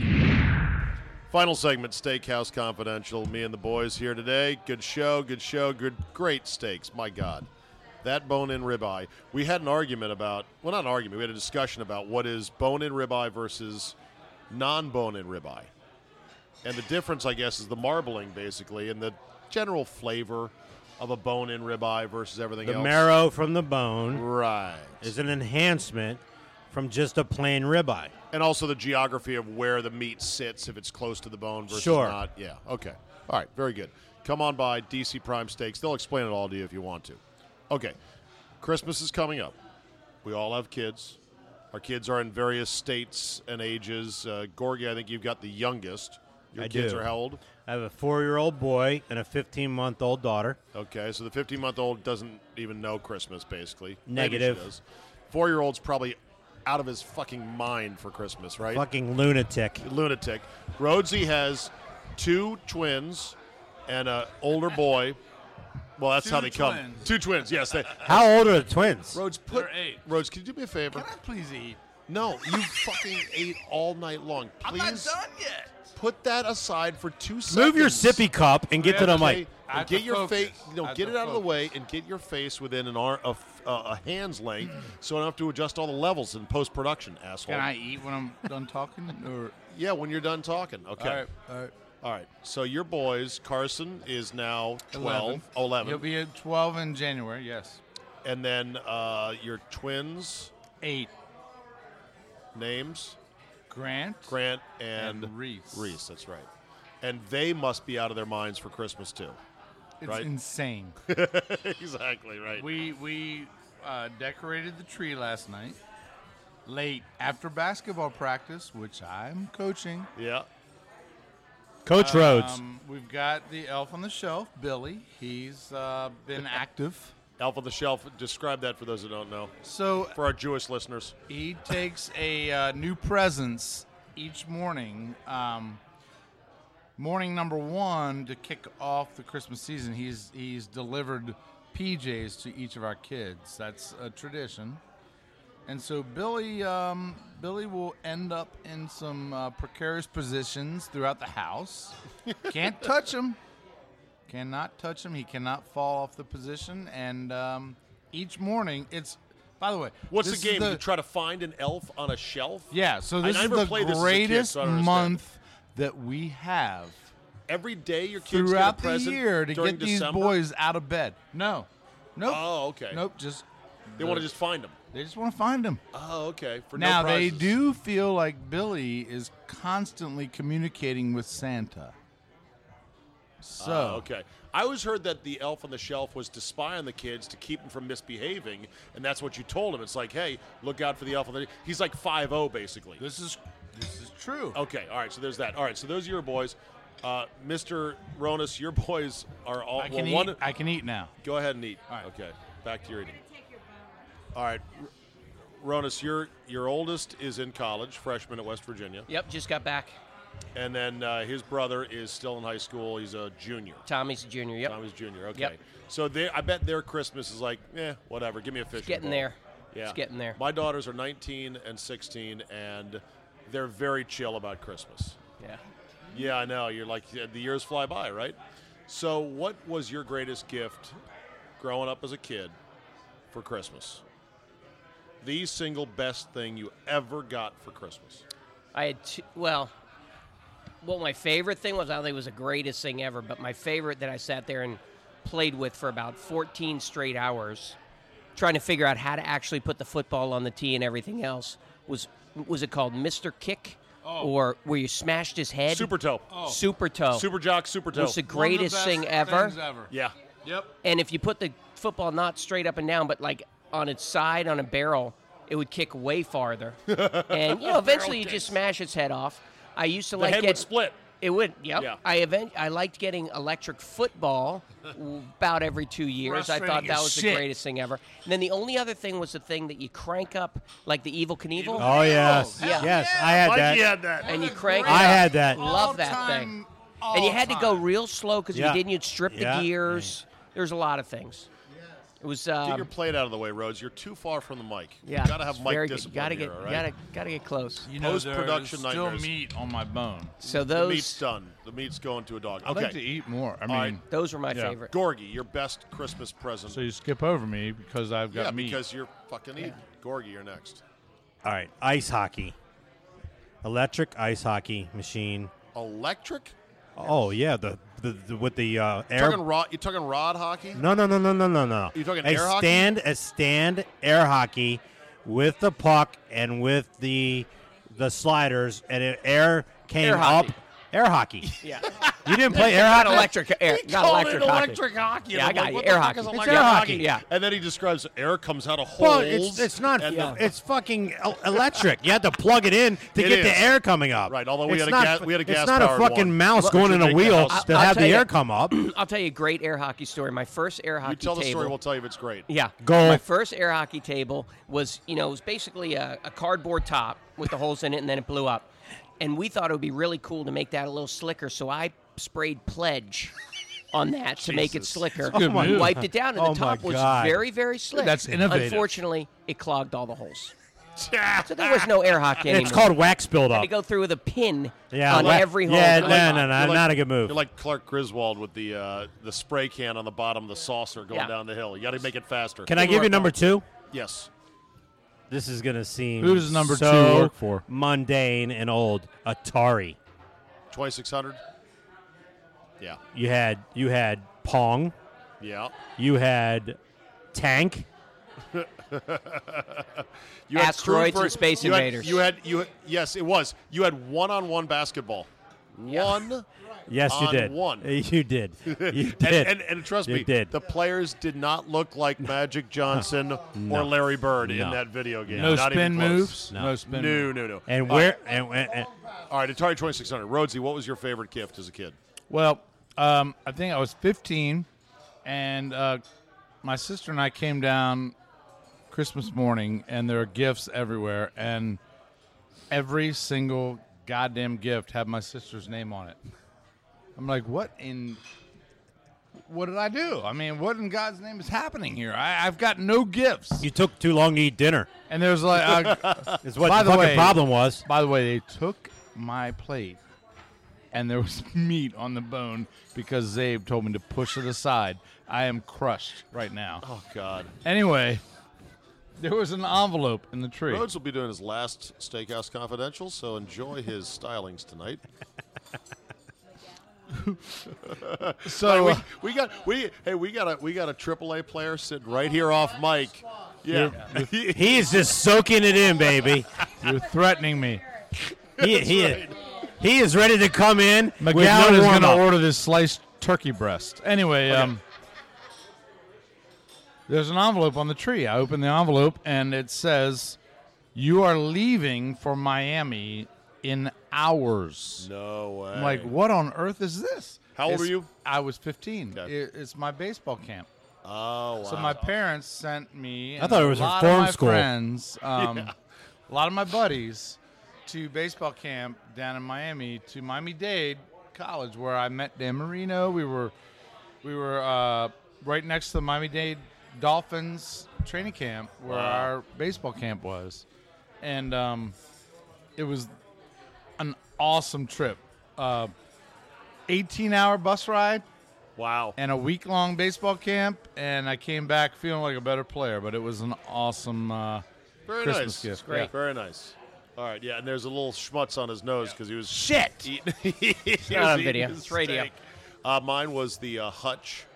A: Final segment, Steakhouse Confidential. Me and the boys here today. Good show, good show, good, great steaks. My God, that bone-in ribeye. We had an argument about, well, not an argument. We had a discussion about what is bone-in ribeye versus non-bone-in ribeye, and the difference, I guess, is the marbling basically, and the general flavor of a bone-in ribeye versus everything
F: The
A: else.
F: marrow from the bone
A: right,
F: is an enhancement from just a plain ribeye.
A: and also the geography of where the meat sits, if it's close to the bone versus
F: Sure.
A: not. Yeah. Okay. All right. Very good. Come on by DC Prime Steaks. They'll explain it all to you if you want to. Okay. Christmas is coming up. We all have kids. Our kids are in various states and ages. Uh, Gorgie, I think you've got the youngest. Your
F: I
A: kids
F: do.
A: are how old?
F: I have a four-year-old boy and a 15-month-old daughter.
A: Okay, so the 15 month old doesn't even know Christmas, basically.
F: Negative.
A: Four year old's probably out of his fucking mind for Christmas, right?
F: Fucking lunatic.
A: lunatic. Rhodesy has two twins and an older boy. Well, that's
D: Two
A: how they come.
D: twins.
A: Two twins, yes. They,
F: How old are the twins?
A: Rhodes, put.
D: They're eight.
A: Rhodes, can you do me a favor?
D: Can I please eat?
A: No, you fucking ate all night long.
D: I'm not
A: Please
D: done yet.
A: put that aside for two seconds.
F: Move your sippy cup and get to the
A: Okay,
F: mic.
A: and
D: I have
A: get
D: to
A: your face.
D: focus.
A: No,
D: I have
A: get
D: to
A: it out of the
D: focus.
A: way and get your face within an arm, a, f- a- a hand's length, so I don't have to adjust all the levels in post production, asshole.
D: Can I eat when I'm done talking? Or
A: Yeah, when you're done talking. Okay.
D: all right, all right.
A: All right. So your boys, Carson is now 12,
D: 11.
A: 11.
D: You'll be at 12 in January. Yes.
A: and then uh, your twins'
D: Eight.
A: names,
D: Grant.
A: Grant and,
D: And Reese.
A: Reese, that's right. And they must be out of their minds for Christmas too.
D: It's
A: right.
D: insane.
A: exactly right.
D: we we uh, decorated the tree last night. Late after basketball practice, which I'm coaching.
A: yeah.
F: Coach Rhodes.
D: Um, we've got the elf on the shelf, Billy. He's uh, been active.
A: Elf on the Shelf. Describe that for those who don't know.
D: So
A: For our Jewish listeners,
D: He takes a uh, new presence each morning. Um, morning number one to kick off the Christmas season, he's he's delivered PJs to each of our kids. That's a tradition. And so Billy um, Billy will end up in some uh, precarious positions throughout the house. Can't touch him. Cannot touch him. He cannot fall off the position. And um, each morning, it's. By the way,
A: what's
D: this
A: the
D: is
A: game? you try to find an elf on a shelf?
D: yeah, so
A: I
D: this is
A: never
D: the
A: played this as a kid,
D: greatest
A: so I don't understand.
D: month that we have
A: Every day your kids
D: throughout
A: get a
D: the
A: present
D: year to
A: during
D: get these
A: December?
D: boys out of bed. No, nope.
A: Oh, okay.
D: Nope. Just
A: They want to just find them.
D: they just want to find them.
A: Oh, okay. For no
D: now they
A: prizes.
D: do feel like Billy is constantly communicating with Santa. So
A: Ah, okay. I always heard that the elf on the shelf was to spy on the kids to keep them from misbehaving, and that's what you told him. It's like, hey, look out for the elf on the. He's like 5 basically.
D: this is this is true.
J: Oh,
A: Okay, all right. So there's that. All right. So those are your boys. Uh, Mr. Ronas, your boys are all.
D: I can
A: well,
D: eat.
A: one,
D: I can eat now.
A: go ahead and eat.
D: All right.
A: Okay. Back to your eating. All right. R-
J: Ronas, your your oldest is in college, freshman at West Virginia,
E: Yep, just got back.
J: and then uh, his brother is still in high school. He's a junior.
E: Tommy's a junior. Yep.
J: Tommy's junior. Okay.
E: Yep.
J: So they, I bet their Christmas is like, eh, whatever. Give me a fish. and
E: getting
J: bowl.
E: there.
J: Yeah.
E: It's getting there.
J: My daughters are 19 and 16, and they're very chill about Christmas.
E: Yeah.
J: Yeah, I know. You're like yeah, the years fly by, right? So, what was your greatest gift growing up as a kid for Christmas? The single best thing you ever got for Christmas.
E: I had two, well, well, my favorite thing was I don't think it was the greatest thing ever, but my favorite that I sat there and played with for about 14 straight hours, trying to figure out how to actually put the football on the tee and everything else was was it called Mr. Kick or where you smashed his head?
J: Super toe.
E: Super toe.
J: Super jock, super toe.
E: was the
D: One of the
E: greatest
D: best
E: thing ever.
D: things ever.
J: yeah.
D: Yep.
E: And if you put the football not straight up and down, but like on its side on a barrel, it would kick way farther. and you know, eventually you just smash its head off. I used to
J: The
E: like
J: head
E: get,
J: would split.
E: It would. Yep.
J: Yeah.
E: I event. I liked getting electric football about every two years. I thought
D: Frustrating
E: that
D: as
E: was the
D: shit.
E: greatest thing ever. And then the only other thing was the thing that you crank up, like the Evil Knievel.
F: Oh yes,
E: Yeah.
F: yes, I had that.
D: that.
E: And you crank.
F: I
E: it up.
F: had that.
E: Love that thing. And you had to go real slow because if
F: Yeah.
E: you didn't, you'd strip
F: Yeah.
E: the gears. There's a lot of things. It was. Um,
J: Get your plate out of the way, Rhodes. You're too far from the mic.
E: Yeah,
J: You gotta have
E: it's
J: mic
E: very good.
J: discipline
E: Gotta
J: here,
E: get,
J: all right?
E: gotta, gotta get close.
D: You know,
J: Post-production
D: there's still
J: nightmares.
D: meat on my bone.
E: So
J: The meat's
E: those
J: done. The meat's going to a dog.
D: I'd
J: Okay.
D: like to eat more. I mean,
J: right.
E: those were my
D: Yeah.
E: favorite.
J: Gorgie, your best Christmas present.
D: so you skip over me because I've got
J: yeah,
D: meat.
J: because you're fucking eating. Gorgie, you're next.
F: All right, ice hockey, electric ice hockey machine.
J: Electric?
F: Oh yeah, the, the, the with the uh,
J: You're
F: air.
J: talking rod, you're talking rod hockey?
F: No, no, no, no, no, no, no.
J: You talking
F: a
J: air hockey?
F: stand, a stand air hockey with the puck and with the the sliders, and it, air came
E: Air
F: up.
E: hockey.
F: Air hockey.
E: Yeah.
F: You didn't play air hockey.
E: electric air. Not
J: called
E: electric
J: it
E: hockey.
J: electric hockey.
E: Yeah,
J: and
E: I
J: I'm
E: got
J: like,
E: you.
J: what
E: Air
J: the fuck
E: hockey.
J: is
E: It's
J: electric
F: air hockey.
E: Yeah.
J: And then he describes air comes out of holes.
F: Well, it's, it's not.
J: and the-
F: It's fucking el- electric. You had to plug it in to
J: It
F: get
J: is.
F: the air coming up.
J: Right, although we
F: It's
J: had a
F: not,
J: ga-
F: fu-
J: we had a
F: It's not a
J: gas-powered
F: fucking
J: one.
F: mouse
J: Well,
F: going
J: it's
F: in a wheel
J: ridiculous.
F: to
E: I'll
F: have
E: tell
F: the
E: you-
F: air come up.
E: I'll tell you a great air hockey story. My first air hockey
J: you tell the
E: table.
J: story, we'll tell you if it's great.
E: yeah.
F: Go.
E: My first air hockey table was, you know, it was basically a, a cardboard top with the holes in it, and then it blew up. And we thought it would be really cool to make that a little slicker, so I sprayed pledge on that to make it slicker.
D: a good
E: and
D: move.
E: Wiped it down, and
F: Oh
E: the
F: my
E: top was
F: God.
E: very, very slick.
D: That's innovative.
E: Unfortunately, it clogged all the holes. So there was no air hockey anymore.
F: It's called wax buildup.
E: to go through with a pin
F: Yeah,
E: on
F: like-
E: every hole.
F: yeah,
E: that I
F: no,
E: bought.
F: no, no,
J: You're like-
F: not a good move.
J: You're like Clark Griswold with the uh, the spray can on the bottom of the saucer going
E: Yeah.
J: down the hill. You got to make it faster.
F: Can I give you number two?
J: Yes.
F: This is gonna seem
D: Who does number two
F: so
D: work for?
F: Mundane and old Atari.
J: 2600? Yeah.
F: You had you had Pong.
J: Yeah.
F: You had Tank.
J: You had
E: Asteroids
J: crew
E: and Space
J: you had-
E: Invaders.
J: you had you had- yes, it was. You had one-on-one basketball. One
F: Yes, you
J: On
F: did.
J: one.
F: You did. You
J: and,
F: did.
J: and, and trust
F: You
J: me,
F: did.
J: the players did not look like Magic Johnson or Larry Bird in
F: No.
J: that video game.
D: no
J: not
D: spin
J: even close.
D: moves.
F: No.
D: No,
J: No,
D: spin. moves.
J: no, no.
F: And
J: all right,
F: where? And, and, and-
J: all right, Atari 2600. Rhodesy, what was your favorite gift as a kid?
D: Well, um, I think I was 15, and uh, my sister and I came down Christmas morning, and there are gifts everywhere, and every single goddamn gift had my sister's name on it. I'm like, what in? What did I do? I mean, what in God's name is happening here? I, I've got no gifts.
F: you took too long to eat dinner.
D: And there's like, uh,
F: Is what
D: By
F: the,
D: the
F: fucking
D: way-
F: problem was.
D: By the way, they took my plate, and there was meat on the bone because Zabe told me to push it aside. I am crushed right now.
J: Oh God,
D: Anyway, there was an envelope in the tree.
J: Rhodes will be doing his last Steakhouse Confidential, so enjoy his stylings tonight.
D: So uh,
J: We got we hey we got a we got a AAA player sitting right here off mic. Yeah,
F: He is just soaking it in, baby.
D: you're threatening me.
F: He he, he is ready to come in.
D: McGowan
F: with no
D: is going
F: warm-up.
D: to order this sliced turkey breast. Anyway, um, there's an envelope on the tree. I open the envelope and it says, "You are leaving for Miami in hours."
J: no way.
D: I'm like, what on earth is this?
J: How old
D: It's-
J: were you?
D: I was 15.
J: Okay.
D: It- it's my baseball camp.
J: Oh, wow.
D: So my parents sent me.
F: I thought it was
D: a lot
F: reform
D: of my
F: school.
D: friends, um, a lot of my buddies, to baseball camp down in Miami to Miami Dade College, where I met Dan Marino. We were we were uh, right next to the Miami Dade Dolphins training camp, where our baseball camp was, and um, it was an awesome trip. Uh, 18 hour bus ride
J: wow.
D: and a week long baseball camp, and I came back feeling like a better player. But it was an awesome. Uh,
J: Very
D: Christmas
J: nice.
D: gift,
J: Great.
D: yeah.
J: Very nice. All right, yeah, and there's a little schmutz on his nose because he was
E: Shit!
J: eating. he was
E: not on
J: eating
E: video.
J: his
E: It's radio.
J: steak. Uh, mine was the uh, Hutch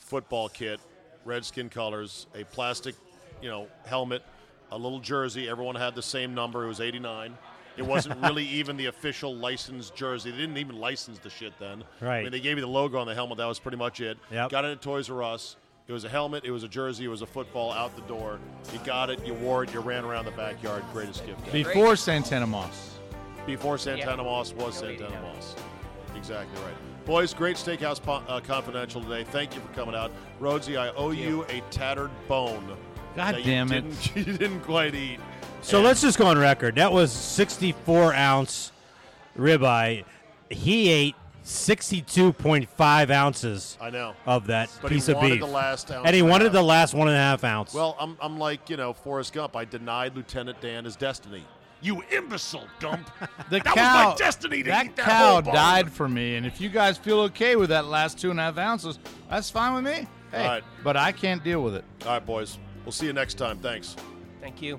J: football kit, redskin colors, a plastic, you know, helmet, a little jersey. Everyone had the same number. It was 89. It wasn't really even the official licensed jersey. They didn't even license the shit then.
F: Right.
J: I mean, they gave you the logo on the helmet. That was pretty much it.
F: Yep.
J: Got it at Toys R Us. It was a helmet. It was a jersey. It was a football out the door. You got it. You wore it. You ran around the backyard. Greatest gift ever.
D: before Santana Moss.
J: Before Santana
E: Yeah.
J: Moss was
E: Nobody
J: Santana
E: knows.
J: Moss. Exactly right. Boys, great Steakhouse po- uh, Confidential today. Thank you for coming out. Rhodesy, I owe you a tattered bone.
D: God
J: that you
D: damn it.
J: Didn't, you didn't quite eat.
F: So
J: And
F: let's just go on record. That was 64 ounce ribeye. He ate 62.5 ounces
J: I know.
F: of that
J: But he
F: piece of
J: wanted
F: beef,
J: the last ounce
F: and he
J: and a
F: wanted
J: half.
F: the last one and a half ounce.
J: Well, I'm, I'm like, you know, Forrest Gump. I denied Lieutenant Dan his destiny. You imbecile, Gump.
D: The
J: That was
D: cow,
J: my destiny to
D: that
J: eat that
D: cow
J: whole bone.
D: died for me, and if you guys feel okay with that last two and a half ounces, that's fine with me. Hey,
J: All right.
D: but I can't deal with it.
J: All right, boys. We'll see you next time. Thanks.
E: Thank you.